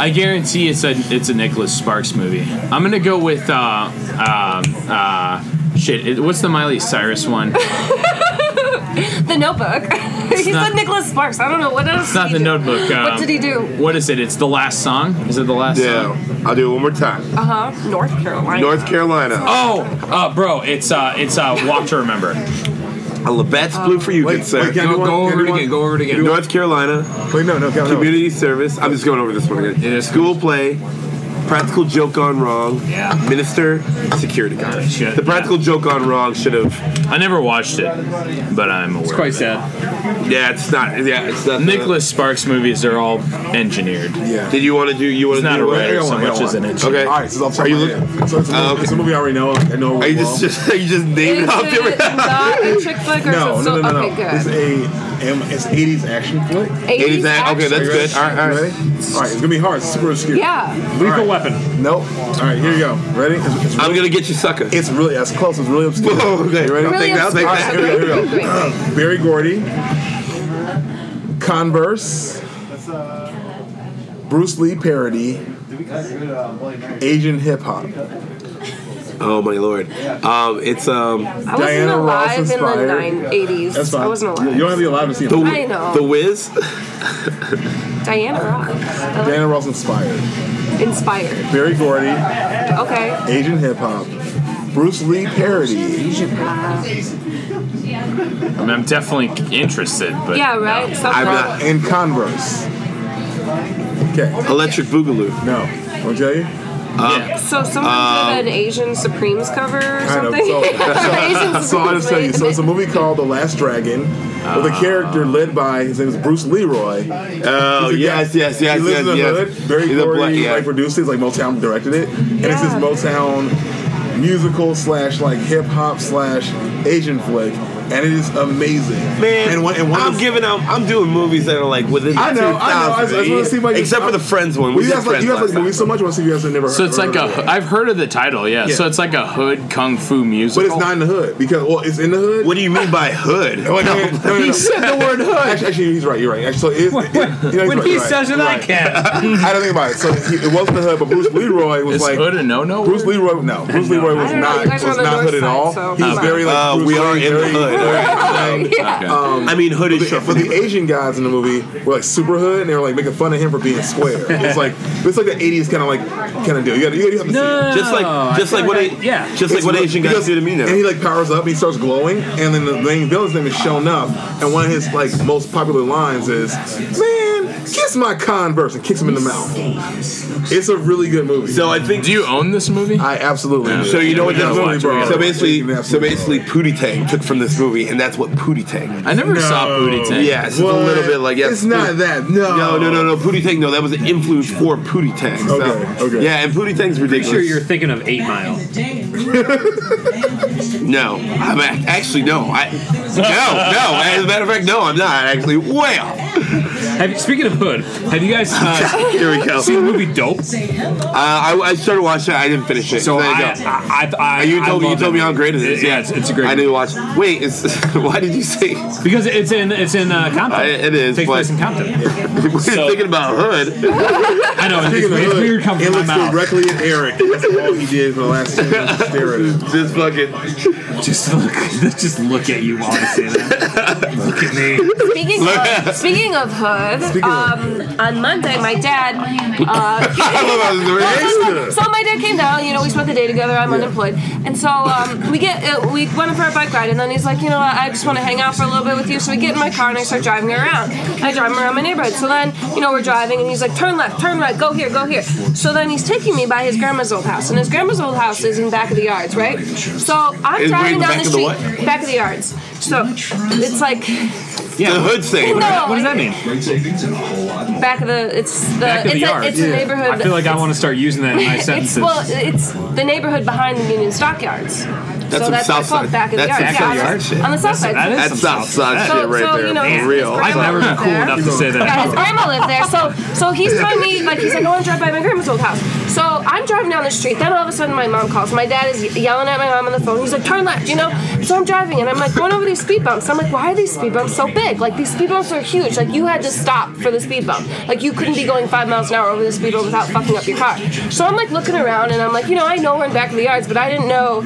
G: I guarantee it's a it's a Nicholas Sparks movie. I'm gonna go with uh um uh shit. It, what's the Miley Cyrus one? It's
E: The Notebook. he
G: not-
E: said Nicholas Sparks. I don't know what else.
G: not
E: did
G: the
E: he do?
G: Notebook. Um,
E: What did he do?
G: What is it? It's the last song. Is it the last
F: Yeah,
G: song?
F: I'll do it one more time.
E: Uh huh. North Carolina.
F: North Carolina,
G: Oh, uh, bro, it's uh, it's uh, Walk to Remember.
F: a Labatt's blue for you,
D: Wait,
F: good sir.
D: wait, can I do
J: Go, go
D: one? Can I
J: over it
D: do
J: again.
D: one?
J: Go over it again.
F: North Carolina,
D: Wait, no, no, no. no.
F: Community service. I'm just going over this one again.
J: It is.
F: School play, practical joke gone wrong.
A: Yeah.
F: Minister, security guard.
A: shit.
F: The practical joke gone wrong should have.
G: I never watched it, but I'm aware.
A: It's quite
G: of it.
A: sad.
F: Yeah, it's not. Yeah, it's not.
G: Nicholas Sparks movies are all engineered.
D: Yeah.
F: Did you want to do? You want
G: He's
F: to
G: not
F: do
G: a
F: what?
G: writer
D: I
G: so
D: want- I
G: much
D: want.
G: as an engineer.
F: Okay.
D: All right, so it's off
F: Are
D: the top
F: you
D: of my
F: looking?
D: head. So it's a
F: Oh,
D: movie,
F: okay.
D: it's a movie I already know. I know.
F: Are
D: it
F: you
D: well.
F: just just? Are you just naming
E: Is
F: off
E: it
F: different?
E: not a chick flick or
D: No,
E: is it
D: no, no,
E: still-
D: no, no.
E: Okay,
D: It's
E: good.
D: a um, it's 80s action flick.
F: 80s act- okay,
E: action.
F: that's good. All right, all
D: You
F: right.
D: ready? All right, it's gonna be hard. It's super obscure.
E: Yeah.
A: Lethal Weapon.
D: Nope. All right, here you go. Ready? It's, it's
F: I'm gonna
D: really,
F: get you, sucker.
D: it's really as close. It's really obscure.
F: Whoa, okay.
D: You ready?
F: I'll
E: Really
F: take that. I'll take
E: obscure.
F: that.
D: Here we go. Here we
E: Great.
D: go. Barry Gordy, Converse, Bruce Lee parody, Asian hip hop.
F: Oh my lord. Um, it's um
E: I wasn't
D: Diana Ross
E: alive in the
D: inspired.
E: nine eighties.
D: That's fine.
E: I wasn't
D: You
E: alive.
D: don't have to be allowed to see
F: the
D: him.
E: I know.
F: the Wiz.
E: Diana Ross. I like-
D: Diana Ross inspired.
E: Inspired.
D: Barry Gordy,
E: Okay.
D: Asian hip hop, Bruce Lee parody.
G: I mean, I'm definitely interested, but
E: Yeah, right? Something
F: I'm
E: like
F: not-
E: that.
D: and Converse. Okay,
F: Electric Boogaloo.
D: no, I'll tell you.
A: Um,
E: So someone did an Asian Supremes cover or
D: Um, Kind of.
E: something?
D: So,
E: Asian
D: so I'll just tell you. So it's a movie called The Last Dragon, with a character led by his name is Bruce Leroy.
F: Ah. Oh
D: He's a guy-
F: yes, yes, yes,
D: He lives
F: yes,
D: in the
F: yes.
D: hood. Very
F: He's a
D: Gordy,
F: black- yeah.
D: like produced it. Like Motown directed it, and it's this
E: Yeah.
D: Motown musical slash like hip hop slash Asian flick, and it is amazing.
F: Man,
D: and one, and one
F: I'm
D: of the-
F: giving out. I'm doing movies that are like within.
D: I know, I know. I just- I just wanna see my-
F: Except for the Friends one. We
D: you
F: did
D: guys like
F: Friends
D: you guys
F: last
D: like movies so
F: time.
D: much. I want to see if you guys have never.
G: So it's
D: heard
G: like
D: of it.
G: a. I've heard of the title, yeah.
D: Yeah.
G: So it's like a hood kung fu musical.
D: But it's not in the hood because well, it's in the hood.
F: What do you mean by hood?
D: Wait, no, no, no, no, no.
A: the word hood.
D: Actually, actually, he's right. You're right. Actually, so it is, it, you know, he's right, you're right. You're right.
A: can.
D: I don't think about it. So he, it wasn't the hood, but Bruce Leroy was
G: Is
D: like
G: hood a no-no?
D: Bruce
G: word?
D: Leroy. No, Bruce Leroy was
E: I don't know,
D: not
E: you
D: was
E: guys are on the
D: not
E: north
D: hood at
E: side,
D: all.
E: so-
D: he was
E: Okay.
D: very like
F: Uh,
D: Bruce
F: we are
D: Lee,
F: in the
D: very-
F: hood. All right. Um,
E: Yeah.
F: I mean, hood is
D: But the Asian guys in the movie were like super hood, and they were like making fun of him for being square. It's like it's like the '80s kind of like kind of deal. You got you, gotta- you have to see. it.
F: Just like, just like what? a-
A: yeah.
F: Just like
D: It's
F: what
D: real-
F: Asian guys
D: because-
F: do to me now.
D: And he like powers up, and he starts glowing, and then the main villain's name is shown up, and one of his like most popular lines is, "Man, kiss my Converse," and kicks him in the mouth. It's a really good movie.
F: So I think.
G: Do you own this movie?
D: I absolutely.
F: So you know what
D: Yeah,
F: that
D: absolutely,
F: movie?
D: bro.
F: So basically, so basically, Pootie Tang took from this movie, and that's what Pootie Tang.
G: I never saw
D: No.
G: Booty Tank.
F: Yes, it's a little bit like yes.
D: It's not that. No.
F: No, no, no, no. Pootie Tang, no, that was an influence for Pootie Tang. So,
D: Okay, okay.
F: Yeah, and Pootie Tang's ridiculous.
A: sure you're thinking of Eight Mile.
F: No, I'm ac- actually no. I no, no. As a matter of fact, no, I'm not actually. Wow.
A: Have, speaking of Hood, have you guys uh,
F: Here we go.
A: seen the movie Dope?
F: Uh, I, I started watching. it. I didn't finish it.
A: So
F: there you
A: I,
F: go. Uh,
A: I, I, I,
F: you
A: I
F: told me you
A: love
F: told
A: that
F: me how great it is.
A: It- yeah, it's- it's a great
F: I didn't watch. it. Wait, it's why did you say?
A: movie. because it's in it's in uh, Compton.
F: I- it is,
A: takes
F: but-
A: place in Compton.
F: We're
G: So-
F: thinking about Hood.
A: I know it's,
D: Speaking of
A: it's
D: hood,
A: weird
D: it
A: coming from my
D: looks
A: mouth.
D: directly at Eric. That's all he did for the last two minutes. was Stare at him.
F: Just fucking.
A: Just look, just look at you while I say that. look at me.
E: Speaking of, speaking of Hood, um, on Monday, my dad.
F: I
E: Uh,
F: love how this is.
E: So my dad came down. You know, we spent the day together. I'm unemployed, and so um, we get uh, we went for a bike ride, and then he's like, you know, what, I just want to hang out for a little bit with you. So we get in my car and I start driving around. I drive him around my neighborhood. So then, you know, we're driving, and he's like, turn left, turn right, go here, go here. So then he's taking me by his grandma's old house, and his grandma's old house is in back of the yards, right? So I'm
F: Is-
E: driving
F: wait,
E: down
F: back of
E: the
F: the
E: street,
F: what?
E: back of the yards. So it's like
F: The Hood thing.
E: no,
A: What does that mean?
E: back of the it's the
A: Back of
E: it's
A: the
E: a,
A: yard.
E: it's a neighborhood.
A: I feel like I want to start using that in my
E: it's
A: sentences.
E: well, it's the neighborhood behind the Union Stockyards.
F: That's
E: so
F: on
E: that's
F: south
E: what's called
F: side.
E: back of
F: That's
E: the
F: back
E: yard.
F: of the
E: yeah,
F: yard shit.
E: on the south side.
A: that is
F: That's
A: some
F: South
A: stuff.
F: Side
E: so,
F: shit right
E: so,
F: there.
E: You know,
F: for
E: his-
F: real.
E: His
A: I've
E: grandma
A: never been
E: lived
A: cool
E: there.
A: enough to say that.
E: Yeah, his grandma lived there. So so he's telling me like he's like, no, I'm driving by my grandma's old house. So I'm driving down the street. Then all of a sudden my mom calls. My dad is yelling at my mom on the phone. He's like, turn left, you know. So I'm driving and I'm like going over these speed bumps. I'm like, why are these speed bumps so big? Like these speed bumps are huge. Like you had to stop for the speed bump. Like you couldn't be going five miles an hour over the speed bump without fucking up your car. So I'm like looking around and I'm like, you know, I know we're in back of the yards, but I didn't know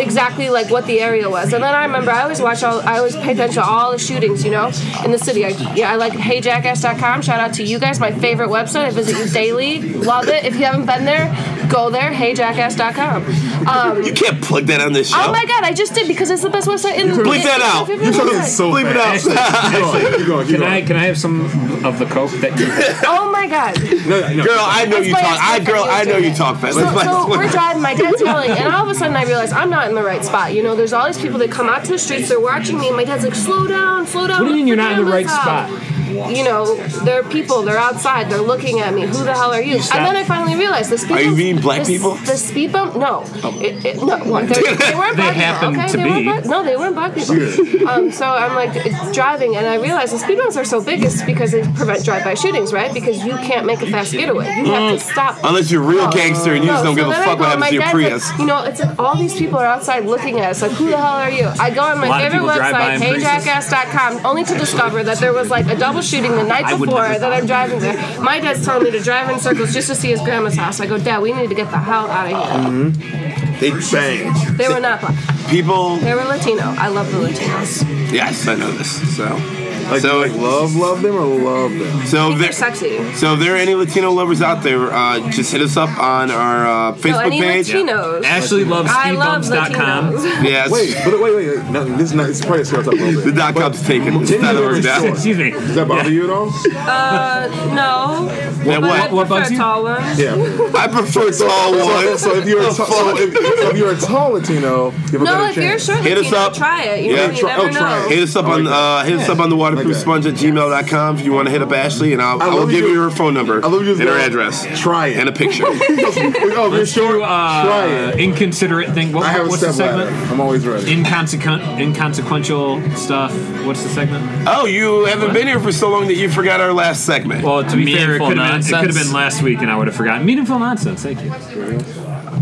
E: exactly like what the area was. And then I remember I always watch all, I always pay attention to all the shootings, you know, in the city. I, yeah, I like heyjackass.com. Shout out to you guys, my favorite website. I visit you daily. Love it. If you haven't been there, go there, heyjackass.com. Um,
F: You can't plug that on this show.
E: oh my god, I just did because it's the best website in the
F: Bleep that out.
E: It's my favorite
F: You're
E: website.
D: So
F: Bleep it
D: fast.
F: out.
D: Keep going, keep going, keep
A: Can
D: going.
A: I can I have some of the coke that you
E: Oh my god.
F: Girl, I know
E: That's
F: you
E: why
F: talk.
E: I
F: I
E: said
F: girl,
E: that you
F: I know
E: did
F: you
E: it.
F: talk fast.
E: So,
F: That's
E: so
F: why-
E: we're driving, my dad's yelling, and all of a sudden I realize I'm not in the right spot. You know, there's all these people that come out to the streets, they're watching me, and my dad's like, slow down, slow down.
A: What do you mean you're not in the
E: look
A: right
E: out."
A: spot?
E: You know, there are people, they're outside, they're looking at me. Who the hell are you? and then I finally realized the speed
F: Are you
E: bump-
F: meaning black
E: the s-
F: people? Oh.
E: The speed bump? No. It, it, no what, they're- they weren't
A: They
E: black
A: happen
E: people. Okay?
A: to
E: they
A: be.
E: Weren't black, no, they weren't black people. um, so I'm like driving, and I realize the speed bumps are so big, it's because they prevent drive by shootings, right? Because you can't make a fast getaway. You have to stop.
F: Unless you're a real gangster and you just
E: Oh, No,
F: don't give a
E: so then I
F: fuck
E: go
F: what
E: on
F: happens
E: my
F: to your
E: dad's
F: Prius.
E: Like, you know, it's like all these people are outside looking at us. Like, who the hell are you? I go on
A: A
E: my
A: lot of
E: favorite
A: people drive by
E: website,
A: in Priuses.
E: heyjackass.com, only to discover that there was like a double shooting the night
A: would
E: before
A: never-
E: that I'm driving there. My dad's telling me to drive in circles just to see his grandma's house. I go, Dad, we need to get the hell out of here.
F: They bang.
E: They were not black.
F: People.
E: They were Latino. I love the Latinos.
F: Yes, I know this. So,
D: Like,
F: so,
D: like love, love them or love
F: so
D: them?
E: I think
F: there.
E: they're sexy.
F: So if there are any Latino lovers out there, uh, just hit us up on our uh, Facebook
E: So any
F: page.
E: Latinos.
A: Ashley loves
E: I love
A: speedbumps.com.
E: Latinos.
F: Yes.
D: Wait, but wait, wait, wait. No, this is not, it's probably scales up a little
F: The
D: bit.
F: dot com's taken. It's
D: Didn't
F: not
D: you
F: worked
D: ever
F: out.
D: short?
A: Excuse me. uh,
D: Does that bother you at all?
E: No.
F: That
E: but I
F: what?
A: What
E: prefer
A: bugs you?
E: Tall ones.
D: Yeah.
F: I prefer tall
D: So,
F: ones.
D: so if you're a tall, so if, so if you're a tall Latino, you have a
E: No,
D: better
E: if you're
D: chance.
E: short
F: Hit us
E: Latino,
F: up.
E: try it. You,
F: Yeah.
E: know, you
D: Try-
E: never
D: oh,
E: know.
D: try it.
F: Hit us up on uh, hit us up on the waterproof sponge at gmail.com if you want to hit up Ashley and I'll,
D: I
F: I will
D: love
F: give
D: you.
F: you her phone number
D: I love you.
F: and her address
D: Try it.
F: and a picture.
D: oh, if you're short,
A: Do, uh,
D: try it.
A: inconsiderate thing.
G: uh,
A: What,
D: I have a
A: what's
D: step
A: the segment?
D: ladder. I'm always ready.
A: Inconsequen- inconsequential stuff. What's the segment?
F: oh, you haven't been here for so long that you forgot our last segment.
A: Well, to be fair, it
G: Meaningful
A: could have been, it could've
G: nonsense.
A: been last week, and I would have forgotten. Meaningful nonsense. Thank you.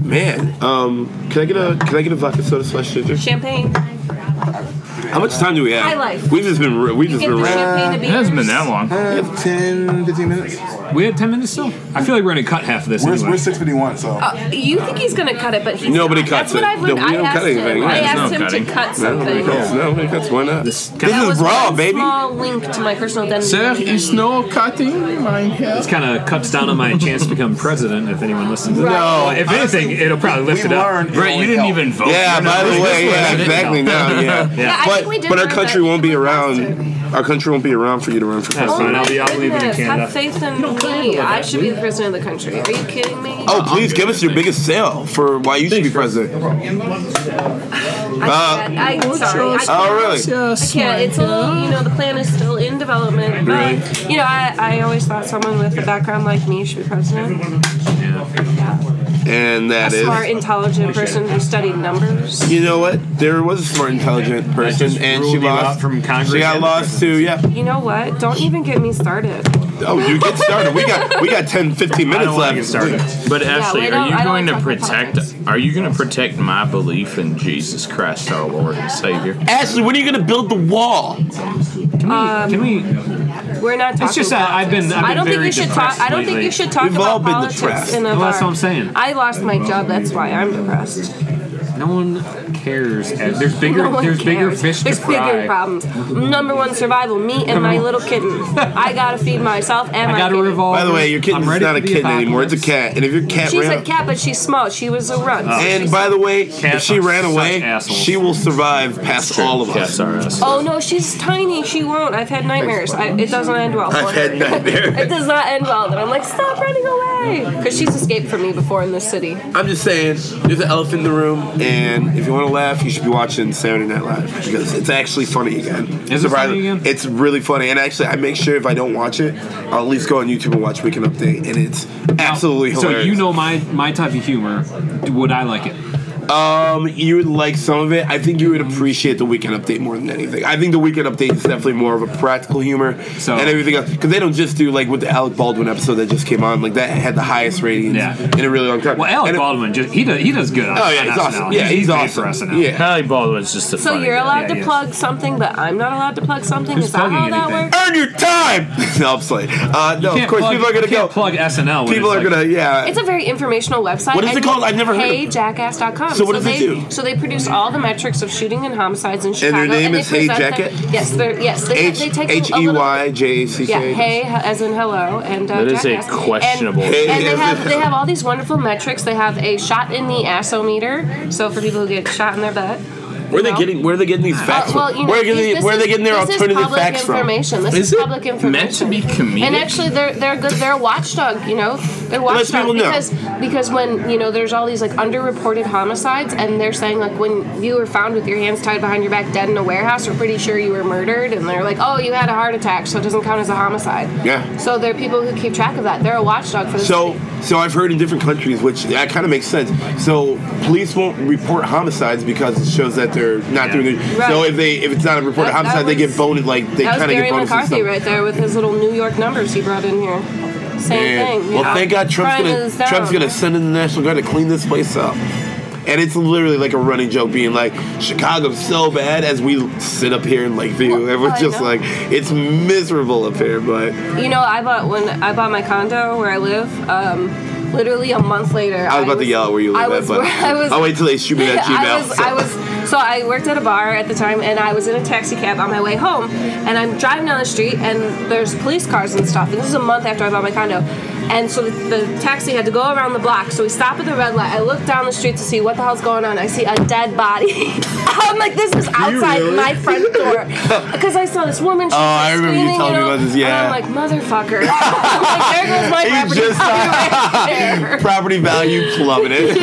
F: Man, um, can I get a can I get a vodka soda slash ginger?
E: Champagne.
F: How much time do we have?
E: High life.
F: We've just been we just
E: Get
F: been
E: the
F: ra-
E: champagne to be
G: It hasn't been
E: yours.
G: that long.
H: have 10, 15 minutes.
A: We had ten minutes still. I feel like we're gonna cut half of this.
H: We're,
A: anyway.
H: we're 651, so.
E: Uh, you think he's gonna cut it, but he's
F: Nobody
E: not.
F: cuts
E: That's what
F: it.
E: I've learned.
F: No, we
E: I
F: don't cut
E: asked
F: anything.
E: him.
F: Yeah,
E: I
F: there's
E: asked
G: no
E: him
G: cutting.
E: to cut
F: No, nobody
E: something.
F: cuts. No, nobody cuts. Why not? This,
E: That
F: is
E: was
F: raw,
E: one
F: baby.
E: Small link to my personal
J: There
E: identity.
J: is no cutting, mein Herr.
A: This kind of cuts down on my chance to become president if anyone listens. to
E: Right.
A: this.
E: No.
A: Well, if anything, it'll probably lift
H: we
A: it up.
H: learned. it
G: Brett, you
H: only
G: didn't
H: helped.
G: even vote.
F: Yeah,
G: You're
F: by
G: not-
F: the way, yeah,
G: didn't
F: exactly. No, yeah.
E: Yeah, I
F: But
E: think we did
F: but our
E: learn
F: country
E: that.
F: won't be around.
E: Bastard.
F: Our country won't be around for you to run for
A: That's
E: Oh
F: president.
A: fine.
E: my
A: I'll be out leaving in
E: goodness,
A: Canada.
E: Have faith in me. I should be the president of the country. Are you kidding me?
F: Oh, please give us your biggest sale for why you should be president.
E: I can't. I, sorry. I can't.
F: Oh, really?
J: Yes,
E: Yeah, it's a little, you know, the plan is still in development. But,
F: Really?
E: You know, I, I always thought someone with a background like me should be president. Yeah.
F: And
E: A
F: that is.
E: smart, intelligent person who studied numbers.
F: You know what? There was a smart, intelligent person,
I: just
F: and
I: ruled
F: she
I: you
F: lost
I: out from Congress
F: She got
I: and the
F: lost to yeah.
E: You know what? Don't even get me started.
F: Oh, dude, get started. We got we got 10, 15 minutes
I: wanna
F: left.
I: get started.
G: But Ashley,
E: we
G: are
E: don't-
G: you
E: I don't
G: going to
E: talk about
G: protect?
E: politics.
G: Are you going to protect my belief in Jesus Christ, our Lord and Savior?
F: Ashley, when are you gonna build the wall?
A: Can we? can we
E: We're not talking.
A: it's just that I've been. I've been
E: I don't think
A: very
E: you should
A: depressed
E: talk. I don't think
A: lately.
E: you should talk
F: We've
E: about
F: all been
E: politics
F: depressed.
E: in a
A: Well,
E: bar.
A: that's what I'm saying.
E: I lost my job. That's why I'm depressed.
A: No one cares. There's bigger.
E: No one
A: there's bigger
E: cares.
A: fish
E: There's
A: to fry.
E: bigger problems. Number one survival: me and my little kitten. I gotta feed myself and
A: I
E: my
A: got a
E: kitten.
A: revolver.
F: By the way, your kitten's
A: I'm ready
F: not a
A: for the
F: kitten anymore. It's a
A: apocalypse.
F: cat. And if your cat
E: She's
F: ran,
E: a cat, but she's small. She was a runt.
A: Ah.
F: and by the way, if
A: Cats
F: she
A: are
F: ran
A: such
F: away,
A: assholes.
F: she will survive past all of us.
G: Yes, our ass.
E: Oh no, she's tiny. She won't. I've had nightmares. I, it doesn't end well.
F: I've had nightmares.
E: It does not end well. Then I'm like, stop running away, because she's escaped from me before in this city.
F: I'm just saying, there's an elephant in the room, and if you want to laugh, you should be watching Saturday Night Live because it's actually funny again.
A: Is it funny again?
F: It's really funny, and actually, I make sure if I don't watch it, I'll at least go on YouTube and watch Weekend Update, and it's absolutely
A: so
F: hilarious.
A: you know my my type of humor. Would I like it?
F: Um, you would like some of it. I think you would appreciate the Weekend Update more than anything. I think the Weekend Update is definitely more of a practical humor
A: So-
F: and everything else because they don't just do like with the Alec Baldwin episode that just came on. Like that had the highest ratings
A: Yeah.
F: in a really long time.
A: Well, Alec
F: And it-
A: Baldwin just he does he does good. On,
F: Oh yeah,
A: on
F: he's
A: SNL.
F: awesome. Yeah, he's,
A: great
F: awesome.
A: for SNL.
F: Yeah.
G: Hallie Baldwin's just a
E: So
G: funny
E: you're
G: guy.
E: allowed
A: yeah.
E: to plug something, but I'm not allowed to plug something.
A: Who's
E: Is that how
A: plugging
E: that
A: anything?
E: works?
F: Earn your time. no, I'm playing. Uh, no,
A: You
F: of
A: can't
F: course
A: plug-
F: people are gonna
A: you
F: go.
A: can't Plug SNL. when
F: People
A: it's
F: are
A: like-
F: gonna yeah.
E: It's a very informational website.
F: What is it
E: and
F: called? I've never heard of it.
E: HeyJackass.com.
F: So what does
E: they,
F: it do?
E: So they produce all the metrics of shooting and homicides in
F: their
E: Chicago.
F: name
E: they
F: is Hey
E: present them-
F: Jacket?
E: Yes, they're yes. They,
F: H
E: they take
F: H
E: a
F: E
E: little-
F: Y J A C K.
E: Yeah, hey as in hello, and uh,
G: That is a
E: Jackass. And-
G: questionable-
E: And,
F: Hey
E: they
F: as
E: have
F: in-
E: they have all these wonderful metrics. They have a shot in the assometer, so for people who get shot in their butt.
F: Where are they
E: No.
F: getting? Where are they getting these
E: Uh,
F: facts?
E: well, you know,
F: where are they
E: these-
F: getting?
E: this
F: Where are they
E: is-
F: getting their
E: this is
F: alternative
E: public
F: facts from?
E: information. This
G: Is
E: is
G: it
E: public information.
G: meant to be comedic?
E: And actually, they're they're good. They're a watchdog. You know, they're
F: Let's
E: watchdog
F: people know.
E: because because when you know there's all these like underreported homicides, and they're saying like when you were found with your hands tied behind your back, dead in a warehouse, we're pretty sure you were murdered, and they're like, oh, you had a heart attack, so it doesn't count as a homicide.
F: Yeah.
E: So there are people who keep track of that. They're a watchdog for the
F: So,
E: city.
F: so I've heard in different countries, which that kind of makes sense. So, police won't report homicides because it shows that they're not doing good.
E: Right.
F: So, if they if it's not a reported
E: That- that
F: homicide, they
E: was-
F: get boned. Like they
E: That
F: kind
E: was
F: of
E: Gary
F: get bonus and
E: McCarthy
F: stuff.
E: right there with his little New York numbers he brought in here. Same
F: Man.
E: thing. you
F: Well,
E: know?
F: thank God Trump's
E: Crime
F: gonna
E: is down.
F: Trump's gonna send in the National Guard to clean this place up. And it's literally like a running joke, being like, "Chicago's so bad." As we sit up here in Lakeview,
E: Well,
F: everyone's
E: I
F: just
E: know.
F: like, "It's miserable up here." But
E: You know, I bought when I bought my condo where I live. Um, literally a month later,
F: I was about to yell at where you
E: I
F: live at,
E: was-
F: but
E: I was-
F: I'll wait till they shoot me that Gmail.
E: I was, I was, so I worked at a bar at the time, and I was in a taxi cab on my way home, and I'm driving down the street, and there's police cars and stuff. And this is a month after I bought my condo, and so the, the taxi had to go around the block. So we stop at the red light. I look down the street to see what the hell's going on. I see a dead body. I'm like, this is outside
F: really?
E: my front door, because I saw this woman. She
F: Oh,
E: was
F: I remember you
E: screaming,
F: telling me
E: know,
F: about this, yeah.
E: And I'm like, motherfucker. I'm like, there goes my
F: You
E: property
F: just-
E: value right there.
F: property value plummeted.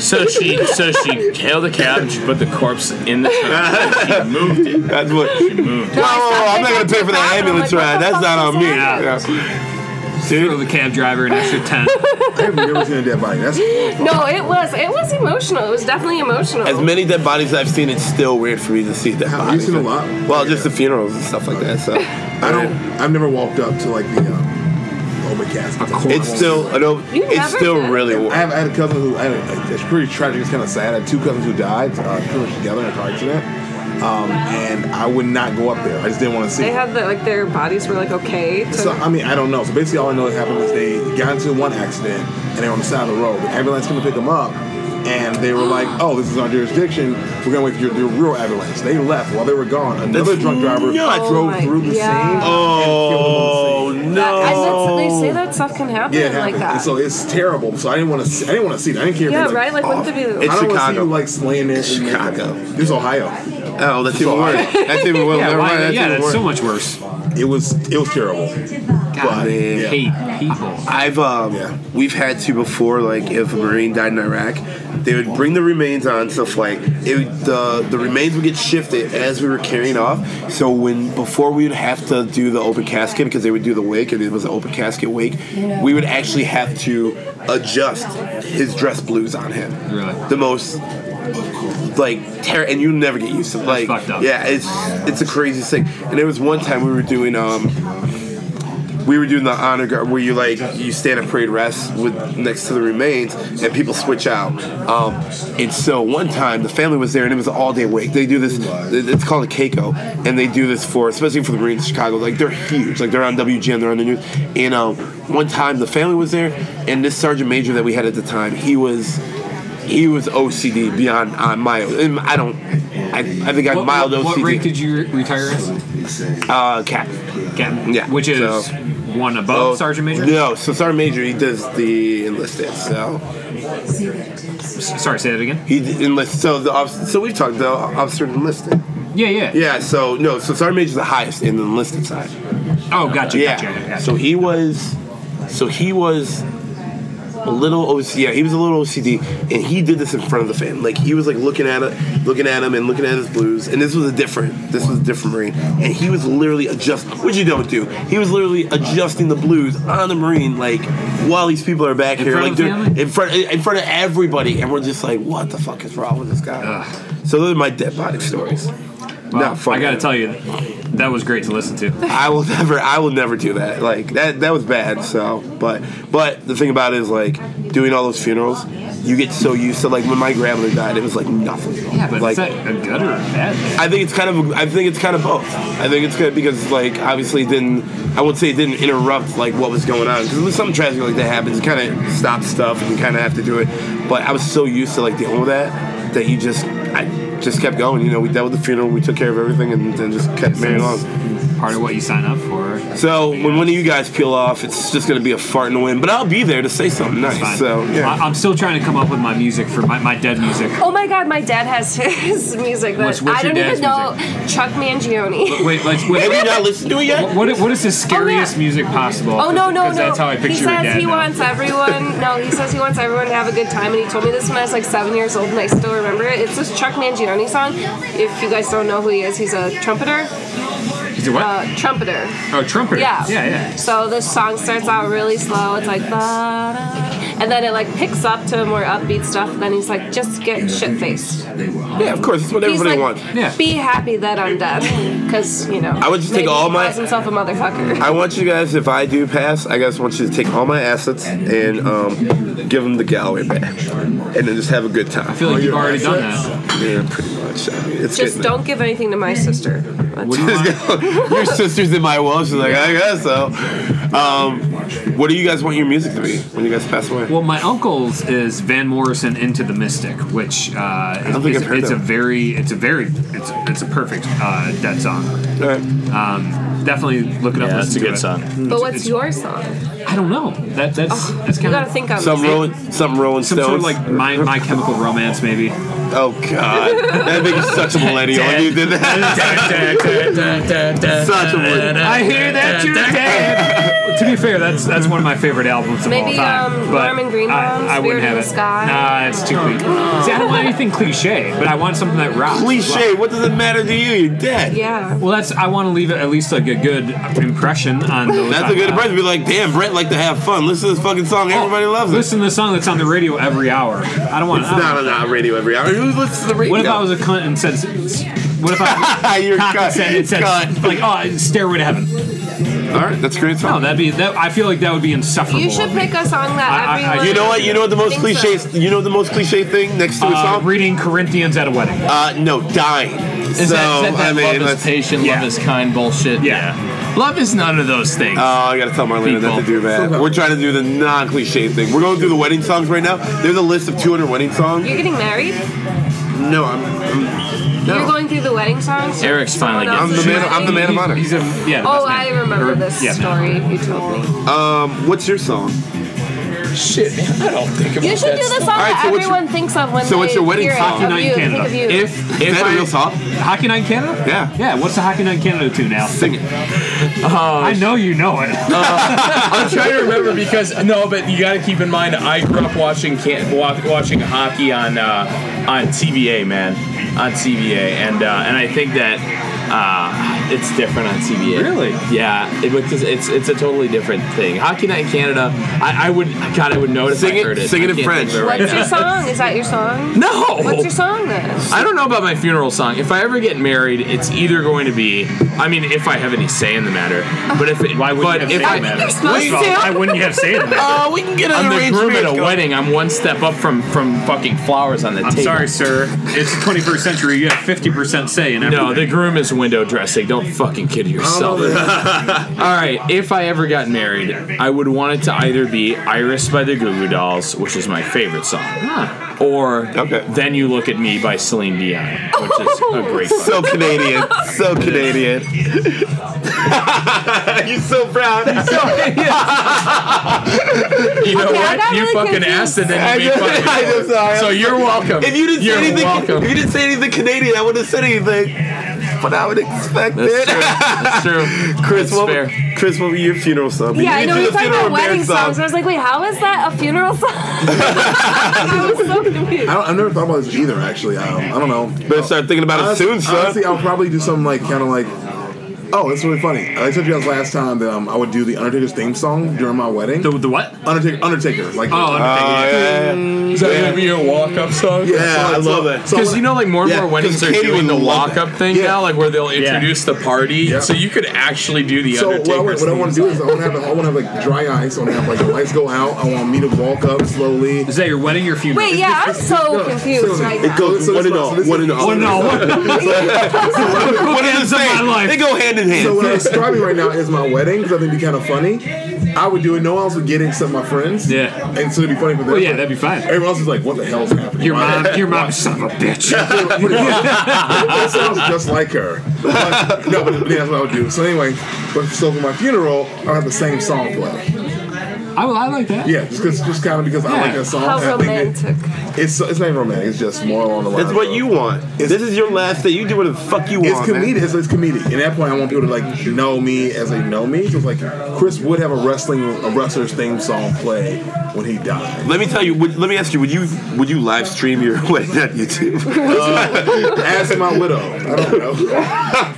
G: so she, so she hailed a cab. She put the corpse in the truck. She moved it.
F: That's what.
E: No,
F: Whoa,
E: I
F: whoa,
E: stopped
F: whoa, I'm
E: and
F: not
E: I
F: gonna pay for
E: took
F: that
E: off, and I'm
F: ambulance
E: like, what
F: ride.
E: the
F: That's
E: fuck
F: not
E: is
F: on me.
E: happening?
F: Yeah.
A: Throw the cab driver an extra ten.
D: I have never seen a dead body. That's
E: No, it was. It was emotional. It was definitely emotional.
F: As many dead bodies I've seen, it's still weird for me to see dead
D: Have you
F: bodies.
D: seen a lot?
F: Well, just the funerals and stuff like that. So
D: I don't. I've never walked up to like the uh, open casket.
F: It's still. I don't.
E: You
F: It's
E: never
F: still
E: did.
F: really.
D: I
F: Weird.
D: have I had a cousin who I had a, it's pretty tragic. It's kind of sad. I had two cousins who died uh, pretty much together in a car accident, um, and I would not go up there. I just didn't want to see.
E: they
D: it.
E: had the, like their bodies were like okay. To,
D: So I mean, I don't know. So basically, all I know that happened is they got into one accident and they were on the side of the road. The ambulance came to pick them up, and they were like, "Oh, this is our jurisdiction. We're gonna wait for your, your real ambulance." They left while they were gone. Another
F: That's
D: drunk driver
F: nuts.
D: drove
E: Oh my-
D: through the
E: yeah.
D: scene.
F: Oh
D: and killed them on the scene.
E: That- and that's-
F: no.
E: they say that stuff can happen
D: Yeah, it
E: like
D: happened.
E: that.
D: And so it's terrible. So I didn't want to. I didn't want to see it. I didn't care. if
E: yeah,
D: it was,
E: right. Like wouldn't it be?
F: It's
D: I don't want to see
F: Chicago.
D: you like slaying it. in-
F: Chicago.
D: This is Ohio.
F: Oh, that's even worse. That's even worse.
A: yeah,
F: Never
A: why-
F: mind. That's
A: yeah,
F: even
A: that's
F: worse.
A: so much worse.
D: it was it was terrible.
F: God, man.
D: yeah.
A: hate people.
F: I've um,
D: Yeah.
F: we've had to before. Like if a Marine died in Iraq, they would bring the remains on stuff like it, would- the the remains would get shifted as we were carrying off. So when before we would have to do the open casket because they would do the wake and it was an open casket wake, we would actually have to adjust his dress blues on him.
A: Really?
F: The most like terror, and you never get used to like
A: fucked up.
F: yeah, it's it's the craziest thing. And there was one time we were doing um we were doing the honor guard where you like you stand at parade rest with next to the remains and people switch out um, and so one time the family was there and it was an all day wake they do this it's called a keiko and they do this for especially for the marines in chicago like they're huge like they're on wgn they're on the news and um, one time the family was there and this sergeant major that we had at the time he was he was OCD beyond uh, mild. And I don't. I, I think I
A: What,
F: mild
A: what,
F: OCD.
A: what rate did you re- retire as?
F: uh, cap.
A: Captain.
F: Yeah,
A: Which is
F: so- Oh.
A: one above Sergeant Major?
F: No, so Sergeant Major he does the enlisted. So
A: S- Sorry, say that again.
F: He d- enlist. So the officer, so we've talked the officer enlisted.
A: Yeah, yeah.
F: Yeah. So no. So sergeant major's the highest in the enlisted side.
A: Oh, gotcha,
F: Yeah.
A: gotcha, gotcha.
F: So he was. So he was. A little OC, yeah, he was a little OCD, and he did this in front of the fan. Like he was like looking at it, looking at him, and looking at his blues. And this was a different, this was a different Marine, and he was literally adjusting, which you don't do. He was literally adjusting the blues on the Marine, like while these people are back here,
A: front
F: like
A: of the
F: they're-
A: family?
F: in front in front of everybody, and we're just like, what the fuck is wrong with this guy? So those are my dead body stories.
A: Well,
F: Not funny.
A: I gotta tell you, that was great to listen to.
F: I will never, I will never do that. Like that, that was bad. So, but, but the thing about it is like doing all those funerals, you get so used to like when my grandmother died, it was like nothing.
A: Yeah, but
F: like,
A: is that a good or a bad thing?
F: I think it's kind of I think it's kind of both. I think it's good because like obviously it didn't I won't say it didn't interrupt like what was going on because when something tragic like that happens, it kind of stops stuff and you kind of have to do it. But I was so used to like dealing with that that you just I just kept going. You know, we dealt with the funeral, we took care of everything, and then just kept marrying on.
A: Part of what you sign up for.
F: So when one of you guys peel off, it's just gonna be a fart in the wind. But I'll be there to say something nice. So yeah.
A: I, I'm still trying to come up with my music for my, my dead music.
E: Oh my god, my dad has his music that
A: What's- what's
E: I
A: your
E: don't even
A: dad's
E: know. Chuck Mangione.
A: Wait, let's wait.
F: Have you not listened to it yet?
A: What, what, what is the scariest
E: Oh, yeah.
A: music possible?
E: Oh no no no!
A: Because that's how I picture
E: he
A: your
E: says
A: dad.
E: he
A: now.
E: wants everyone. No, he says he wants everyone to have a good time, and he told me this when I was like seven years old, and I still remember it. It's this Chuck Mangione song. If you guys don't know who he is, he's a trumpeter.
A: He's a what?
E: Uh, trumpeter.
A: oh, trumpeter.
E: Yeah.
A: yeah, yeah.
E: So this song starts out really slow. It's like da and then it like picks up to more upbeat stuff. Then he's like, just get shit faced.
F: Yeah, of course, it's what
E: He's
F: everybody
E: like,
F: wants.
A: Yeah.
E: be happy that I'm dead, because you know.
F: I would just take
E: maybe
F: all
E: he
F: my-
E: calls himself a motherfucker.
F: I want you guys, if I do pass, I guys want you to take all my assets and um, give them the Galloway back, and then just have a good time.
A: I feel like you've already done that.
F: yeah, pretty much. I mean, it's
E: Just
F: good.
E: don't give anything to my sister. That's all.
F: your sister's in my well. She's like, I guess so. Um, what do you guys want your music to be when you guys pass away?
A: Well, my uncle's is Van Morrison into the Mystic, which uh,
F: don't think
A: is,
F: I've heard
A: it's
F: that.
A: a very, it's a very, it's it's a perfect uh, dead song.
F: All right.
A: Um, definitely look it up.
G: Yeah,
A: listen
G: that's a
A: to
G: good
A: it.
G: song.
E: But what's your song?
A: I don't know. That that's
G: Oh,
A: that's
E: You
A: kind
E: gotta
A: of
E: think on
F: Some
E: this.
F: rolling, some rolling
A: some
F: stones.
A: sort of like my my Chemical Romance maybe.
F: oh god, that makes you such a millennial. if you did that. such a millennial.
A: I hear that you're dead. to be fair, that's that's one of my favorite albums of all
E: Maybe,
A: time.
E: um,
A: but
E: Norman Greenbaum's
A: I, I wouldn't
E: Weird in
A: have
E: the
A: it.
E: Sky?
A: Nah, it's too cliche. See, I don't want anything cliche, but I want something that rocks.
F: Cliche. What does it matter to you? You're dead.
E: Yeah.
A: Well, that's I want to leave it at least like a good impression on those.
F: That's a good impression. Be like, damn, Brett like to have fun. Listen to this fucking song. Everybody loves it.
A: Oh, Listen to the song that's on the radio every hour. I don't want.
F: It's not on the radio every hour. Who listens to the radio?
A: What if I was a cunt and said? What if I?
F: You're a
A: cock and
F: cunt.
A: said, it said
F: Cunt.
A: like oh Stairway to Heaven.
F: All right, that's a great
A: No,
F: song.
A: Oh, that'd be that. I feel like that would be insufferable.
E: You should
A: of me.
E: pick a song
A: I- I-
E: that
A: I-
E: everyone.
F: you know what? You know what the most
E: thinks
F: cliche?
E: of.
F: You know what the most cliche thing next to a
A: Uh,
F: song?
A: reading Corinthians at a wedding.
F: uh, no, dying. so
G: Is that, is that, that
F: I mean,
G: love is
F: let's.
G: patient,
A: yeah.
G: love is kind bullshit?
A: Yeah.
G: Love is none of those things.
F: Oh, I gotta tell Marlena not to
G: People.
F: do that. We're trying to do the non-cliche thing. We're going through the wedding songs right now. There's a list of 200 wedding songs.
E: You're getting married.
F: No, I'm, I'm
E: You're
F: no.
E: going through the wedding songs.
G: Eric's finally
E: Someone
F: I'm
E: else's
F: the man.
E: wedding?
F: I'm the man of honor.
A: He's a yeah. the
E: Oh,
A: best man.
E: I remember
A: Or-
E: this
A: yeah, man.
E: story you told me.
F: Um, what's your song?
G: Shit, man, I don't think about
E: You should
G: that
E: do the
G: stuff.
E: song
F: right,
E: that
F: so what's your-
E: everyone thinks of when
F: so
E: they
F: what's your wedding
E: hear it,
F: Hockey
E: of
A: Night
E: you,
A: in
E: think
A: Canada?
E: of you.
A: If if
F: Is that
A: I,
F: a real song?
A: Hockey Night in Canada?
F: Yeah.
A: Yeah. What's the Hockey Night in Canada tune now?
F: Sing it.
A: I know you know it.
G: I'm trying to remember because no, but you got to keep in mind I grew up watching can, wa- watching hockey on uh, on TVA, man, on TVA, and uh, and I think that uh, it's different on TVA.
A: Really?
G: Yeah, it, because it's it's a totally different thing. Hockey Night in Canada, I, I would God, I would notice.
F: Sing
G: I
F: it-
G: heard it.
F: sing it
G: I
F: in
G: can't think of
F: French.
G: it right
E: What's your
G: now.
E: song? Is that your song?
G: No.
E: What's your song then?
G: I don't know about my funeral song. If I ever get married, it's either going to be. I mean, if I have any say in the matter. But if it, why would
L: you have
G: if
L: say in
G: I,
L: the matter?
E: You're supposed
M: Well, I
E: to.
M: wouldn't you have said that.
G: Oh, we can get an I'm the groom at a wedding. I'm one step up from from fucking flowers on the
A: I'm
G: table.
A: sorry, sir. It's the 21st century. You have 50% say in everything.
G: No, the groom is window dressing. Don't fucking kid yourself. All right, if I ever got married, I would want it to either be "Iris" by the Goo Goo Dolls, which is my favorite song, or
F: Okay.
G: "Then You Look at Me" by Celine Dion, which is a great. song.
F: So Canadian. So Canadian. You're so proud.
G: You know
E: Okay, I
G: what?
E: got
G: You
E: really
G: fucking
E: confused.
G: asked, and
F: I
G: then you made
F: just-
G: fun of
F: I
G: me.
F: just- sorry.
G: So you're welcome.
F: If you didn't
G: You're
F: say anything,
G: welcome.
F: if you didn't say anything Canadian, I wouldn't have said anything. But I would expect
G: That's
F: it.
G: true. That's true.
F: Chris,
G: That's
F: what,
G: fair.
F: Chris, what would your funeral song? be?
E: Yeah, I
F: You
E: know
F: do
E: we
F: the
E: talking
F: funeral
E: about wedding
F: marriage song.
E: songs. I was like, wait, how is that a funeral song? I was so confused.
D: I don't, I've never thought about this either. Actually, um, I don't know.
F: Better start thinking about it
D: Honestly-
F: soon, son.
D: Honestly, I'll probably do something like kind of like. Oh, that's really funny. I told you guys last time that um, I would do the Undertaker's theme song during my wedding.
A: The, the what?
D: Undertaker, Undertaker, like.
A: Oh,
F: Oh,
A: Undertaker.
F: yeah, yeah.
G: Is that gonna be your walk-up song?
F: Yeah, I
D: so-
F: love that.
D: so
G: Because
D: when-
G: you know, like more and
F: Yeah,
G: more weddings
F: 'cause
G: are
F: Katie would
G: doing the
F: love
G: walk-up thing
D: Yeah.
G: now, like where they'll introduce the party, so you could actually do the
D: So what I,
G: Undertaker's.
D: what I want to do is I want to have I want to have like dry ice. I want to have like the lights go out. I want me to walk up slowly.
A: Is that your wedding or funeral?
E: Wait, yeah, I'm so confused right now.
F: It goes
D: So
F: one
D: this-
F: and
D: so
F: all.
D: this-
F: One and all.
A: Oh, no.
F: What is it say?
A: my life.
F: They go hand in hand.
D: So what I'm describing right now is my wedding because I think it'd be kind of funny. I would do it. No one else would get it except my friends.
A: Yeah.
D: And so it'd be funny for them.
A: Well, yeah, that'd be fine.
D: Everyone else is like, "What the hell's happening?"
A: Your mom, your mom, son of a bitch.
D: it sounds just like her. But, no, but yeah, that's what I would do. So anyway, but so for my funeral, I'll have the same song play.
A: I, I like that.
D: Yeah, just cause, just kind of because I like
A: Yeah.
D: that song.
E: How
D: and I think it-
E: romantic.
D: It's it's not even romantic. It's just more along the lines.
F: That's what
D: of-
F: you want. this is your last day. You do whatever the fuck you
D: It's
F: want. man.
D: comedic. It's, it's comedic. And at that point, I want people to like know me as they know me. So it's like Chris would have a wrestling a wrestler's theme song play when he died.
F: Let me tell you. Would, let me ask you. Would you would you live stream your wedding on YouTube?
D: Ask my widow. I don't know.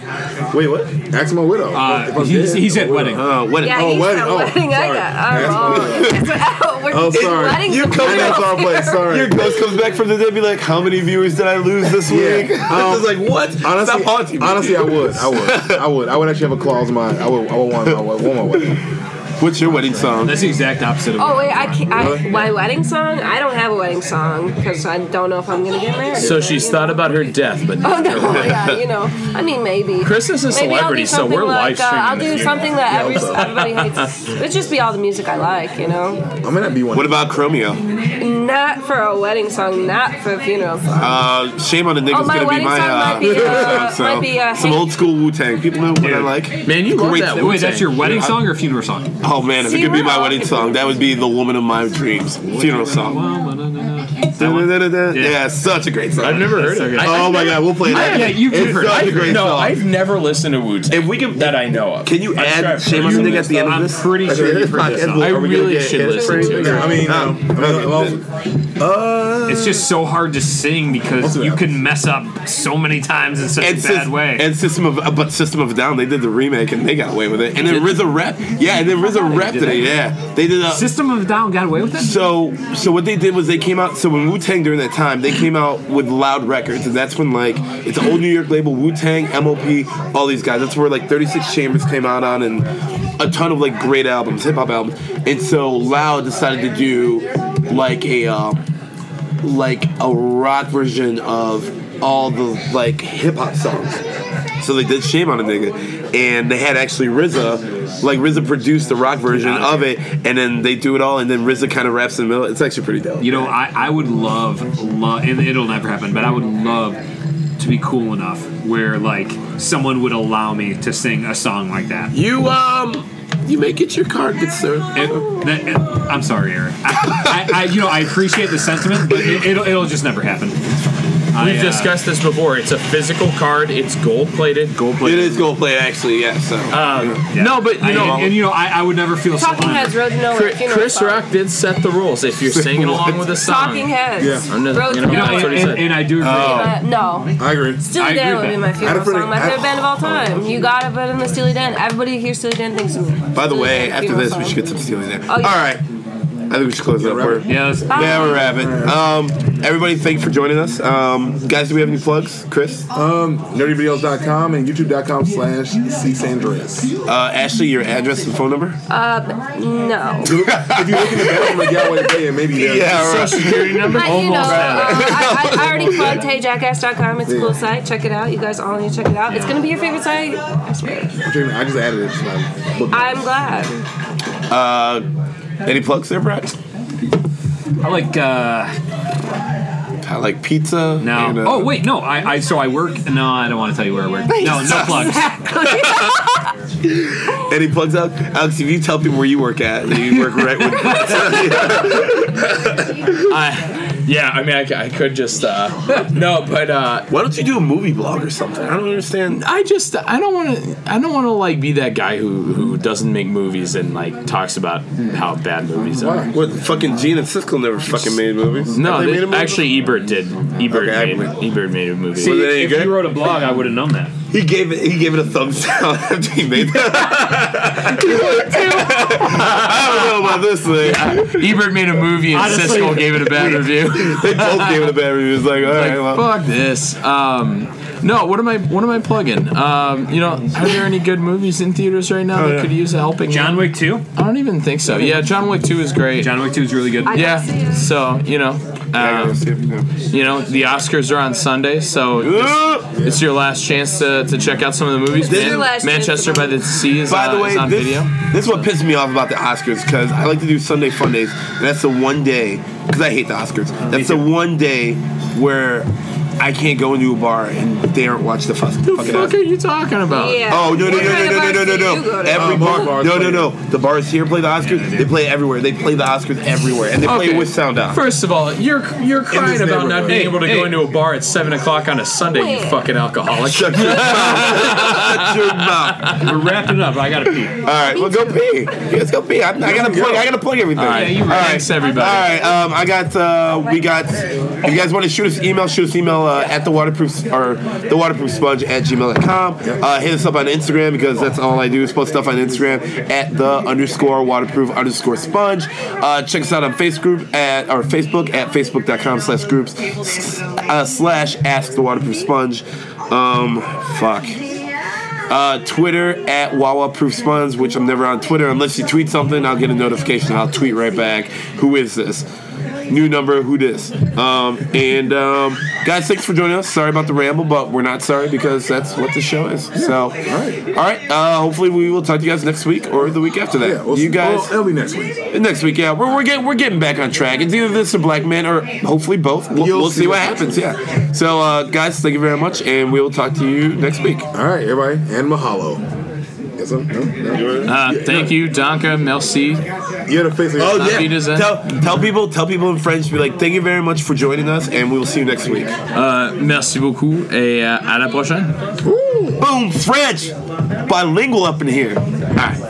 F: Wait, what?
D: Ask my widow. If
A: Uh,
D: I'm
A: he's,
D: dead,
A: he's at
D: my widow.
A: wedding.
F: Uh, wedding.
E: Yeah,
D: Oh,
E: you
D: wedding.
E: said
D: Oh,
E: wedding. I
D: sorry.
E: got. Oh, wrong. It's-
D: Oh,
E: it's
D: sorry.
E: wedding
F: You
E: to
F: come
E: funeral
D: That's our place.
E: here.
D: Sorry.
F: oh, Your ghost comes back from the dead, be like, "How many viewers did I lose this
D: Yeah.
F: week?" I
D: Um,
F: was like, "What?" Stop
D: Honestly,
F: haunting me.
D: honestly, I would, I would, I would, I would actually have a clause in my, I would, I would want my, want my wedding.
F: What's your wedding song?
A: That's the exact opposite of.
E: Oh wait, I can't. I, my wedding song? I don't have a wedding song because I don't know if I'm gonna get married.
G: So
E: but,
G: she's
E: you
G: thought
E: know.
G: about her death, but
E: Oh no, yeah, you know. I mean, maybe.
G: Chris is a
E: Maybe I'll do
G: celebrity, so
E: something
G: we're
E: like,
G: live streaming
E: Uh, I'll
G: the
E: do
G: funeral.
E: something that every, everybody hates. It'd just be all the music I like, you know.
D: I may not be one.
F: What about Chromeo?
E: Not for a wedding song, not for a funeral song.
F: Uh, shame on the nigga's
E: Oh, my
F: gonna be
E: wedding
F: my
E: song
F: uh,
E: might be, uh,
F: so,
E: might be, uh,
F: some
E: Hank-
F: old school Wu Tang. People know what I like.
G: man, you love
F: Great
G: that.
F: song.
A: Wait, that's your wedding
F: Yeah.
A: song or funeral song?
F: Oh man, if it
E: See,
F: could be
E: we're
F: my
E: all
F: wedding
E: different.
F: song, that would be the woman of my dreams funeral song.
A: That one?
F: Yeah. such a great song.
G: I've never heard it. I-
F: oh my god, we'll play that.
A: Yeah, you've
F: it's
A: heard it.
F: such a
G: I've-
F: great
G: no,
F: song.
G: I've never listened to Wu Tang.
F: If we can-
G: that I know of.
F: Can you
G: I'm sure
F: add
G: I've
F: shame
G: heard
F: on the
G: some
F: nigga
G: of
F: at the end of
A: I'm
F: this?
A: pretty sure you've heard this song.
G: I really should listen to it.
D: I mean, um, I mean,
F: Okay,
D: well, uh,
A: It's just so hard to sing because you can mess up so many times in such a
F: And,
A: bad
F: Sys-
A: way.
F: and System of uh, but System of a Down, they did the remake and they got away with it. And then RZA rap, yeah, and then RZA rap did it, yeah. They did a
A: System of a Down got away with it.
F: so so what they did was they came out. So when Wu Tang during that time, they came out with Loud Records, and that's when like it's an old New York label, Wu Tang, MOP, all these guys. That's where like 36 Chambers came out on, and a ton of like great albums, hip hop albums. And so Loud decided to do like a. Um, like a rock version of all the like hip hop songs. So they did Shame on a Nigga, and they had actually RZA, like RZA produced the rock version of it, and then they do it all, and then RZA kind of raps in the middle. It's actually pretty dope.
A: You know, I, I would love, love, and it'll never happen, but I would love to be cool enough where, like, someone would allow me to sing a song like that.
F: You um, you may get your card, good sir.
A: It- that- it- I'm sorry, Eric. I, I, I, you know, I appreciate the sentiment, but it, it'll, it'll just never happen. I,
G: We've
A: uh,
G: discussed this before. It's a physical card. It's gold plated. Gold
F: It
G: plated.
F: is Uh, gold play, actually. Yeah. So
A: yeah.
G: No, but
A: I-
G: you know,
A: and, and, you know, I, I would never feel so
E: Talking
A: honored.
E: Heads Road to Nowhere
G: Chris,
E: funeral
G: Chris
E: song.
G: Rock did set the rules. If you're singing along with a song,
E: Talking Heads.
D: Yeah.
G: I'm just-
E: Road
G: you
E: to
G: know,
A: You know,
E: Nowhere.
G: that's what
A: and,
G: he
A: and,
G: said. Oh.
A: and I do agree.
E: Uh, no.
D: I agree.
E: Steely
A: I
E: Dan
A: agree
E: would be
A: with
E: my funeral
D: I'd put it-
E: song. My favorite band of all time. You gotta put in the Steely Dan. Everybody hears Steely Dan thinks of me.
F: by the
E: Steely
F: way,
E: Dan
F: after
E: funeral
F: this, we
E: song.
F: should get some stealing there.
E: Oh, yeah.
F: All right. I think we should close it up. We're, yeah,
A: Yes.
E: Bye.
F: we're rabbit. Um, everybody, thanks for joining us. Um, guys, do we have any plugs? Chris,
E: Oh.
F: uh,
D: Um, Nerdyvideos.com and youtube.com slash C Sandreas.
F: Uh, Ashley, your address and phone number.
E: Uh, No.
D: if you look in the bathroom at Galway Bay, and maybe there.
F: Yeah. All right.
G: security number.
E: I, you know, uh, I, I, I already plugged heyjackass.com. It's a cool site. Check it out. You guys all need to check it out. It's gonna be your favorite site. I swear.
D: I just added it. to my book.
E: I'm glad.
F: Any plugs there, Brad?
A: I like. Uh,
F: I like pizza.
A: no.
F: and, uh,
A: oh wait, no. I, I. So I work. No, I don't want to tell you where I work. No, no plugs.
F: Any plugs, Alex? Alex, if you tell people where you work at, that you work right with.
G: I, yeah, I mean, I, c- I could just uh, no, but uh,
F: Why don't you do a movie blog or something? I don't understand.
G: I just I don't want to I don't want to like be that guy who who doesn't make movies and like talks about how bad movies are.
F: What fucking Gene and Siskel never fucking made movies?
G: No,
F: Have
G: they
F: made a movie?
G: actually Ebert did. Ebert
F: Okay, I
G: made
F: believe-
G: Ebert made a movie.
F: See, there you
A: if
F: go.
A: you wrote a blog, I would have known that.
F: he gave it he gave it a thumbs down after he made that. I don't know about this thing.
G: Ebert made a movie and
A: Honestly-
G: Siskel gave it a bad review.
F: They both gave it a bad review. It's like, all right,
G: Like,
F: well.
G: fuck this. Um, no, what am I? What am I plugging? Um, you know, are there any good movies in theaters right
F: Oh,
G: now that could use a helping?
A: John
G: hand?
A: Wick Two.
G: I don't even think so. Yeah, John Wick Two is great.
A: John Wick Two is really good.
G: yeah, so you know, um, you know, the Oscars are on Sunday, so
F: Uh,
G: it's your last chance to, to check out some of the movies.
F: This is
G: Man-
F: your
E: last chance
G: Manchester
E: to-
G: by the Sea is,
F: By
G: uh,
F: the
G: is
F: way,
G: on
F: this,
G: video.
F: this is what pissed me off about the Oscars because I like to do Sunday fun days. And that's the one day because I hate the Oscars. That's the one day where I can't go into a bar and dare watch the fucking.
G: What the fuck are you talking about?
E: Yeah.
F: Oh no no
E: What
F: no
E: kind of
F: no no
E: bars
F: no no no!
E: do you go to?
F: Every
D: Uh,
F: bar,
D: most bars
F: no no
D: play
F: no. The bars here play the Oscars. they play everywhere. They play the Oscars everywhere, and they play
G: Okay.
F: with sound off.
G: First of all, you're you're crying about not
D: neighborhood.
G: being able to go into a bar at seven o'clock on a Sunday. You
E: Wait.
G: fucking alcoholic.
F: Shut your mouth! Shut your mouth!
A: We're wrapping up. I gotta pee.
F: All right, well go pee. Let's go pee. I'm, I gotta plug. I gotta plug everything.
G: All right,
A: Yeah, you
G: right. Thanks, everybody.
F: All right, um, I got. Uh, we got. If you guys want to shoot us email, shoot us email uh, at the waterproof or the waterproof sponge at gmail.com. Uh, hit us up on Instagram because that's all I do is post stuff on Instagram at the underscore waterproof underscore sponge. Uh, check us out on Facebook at or Facebook at facebook.com slash groups uh, slash ask the waterproof sponge. Um, fuck. Uh, Twitter at Wawa Proof Sponge, which I'm never on Twitter unless you tweet something. I'll get a notification. I'll tweet right back. Who is this? New number. Who this? Um, and um, guys, thanks for joining us. Sorry about the ramble, but we're not sorry because that's what the show is. So, all right, all right. Uh, hopefully, we will talk to you guys next week or the week after that.
D: Yeah, we'll
F: you
D: see-
F: guys.
D: well, uh, it'll be next week.
F: Next week, yeah, we're, we're getting we're getting back on track. It's either this or Black Man, or hopefully both. We'll,
D: You'll
F: we'll see
D: see
F: what
D: what
F: happens. Yeah. So, uh, guys, thank you very much, and we will talk to you next week.
D: All right, everybody, and mahalo. Yes, I'm- no, no.
G: Uh, thank you, Donka, Melcy.
D: You had a face. Like,
F: Oh
G: Happy
F: yeah.
G: to say.
F: Tell tell people tell people in French. Be like, thank you very much for joining us, and we will see you next week.
G: Euh, merci beaucoup et euh, à la prochaine.
F: Boom, French, bilingual up in here. All right.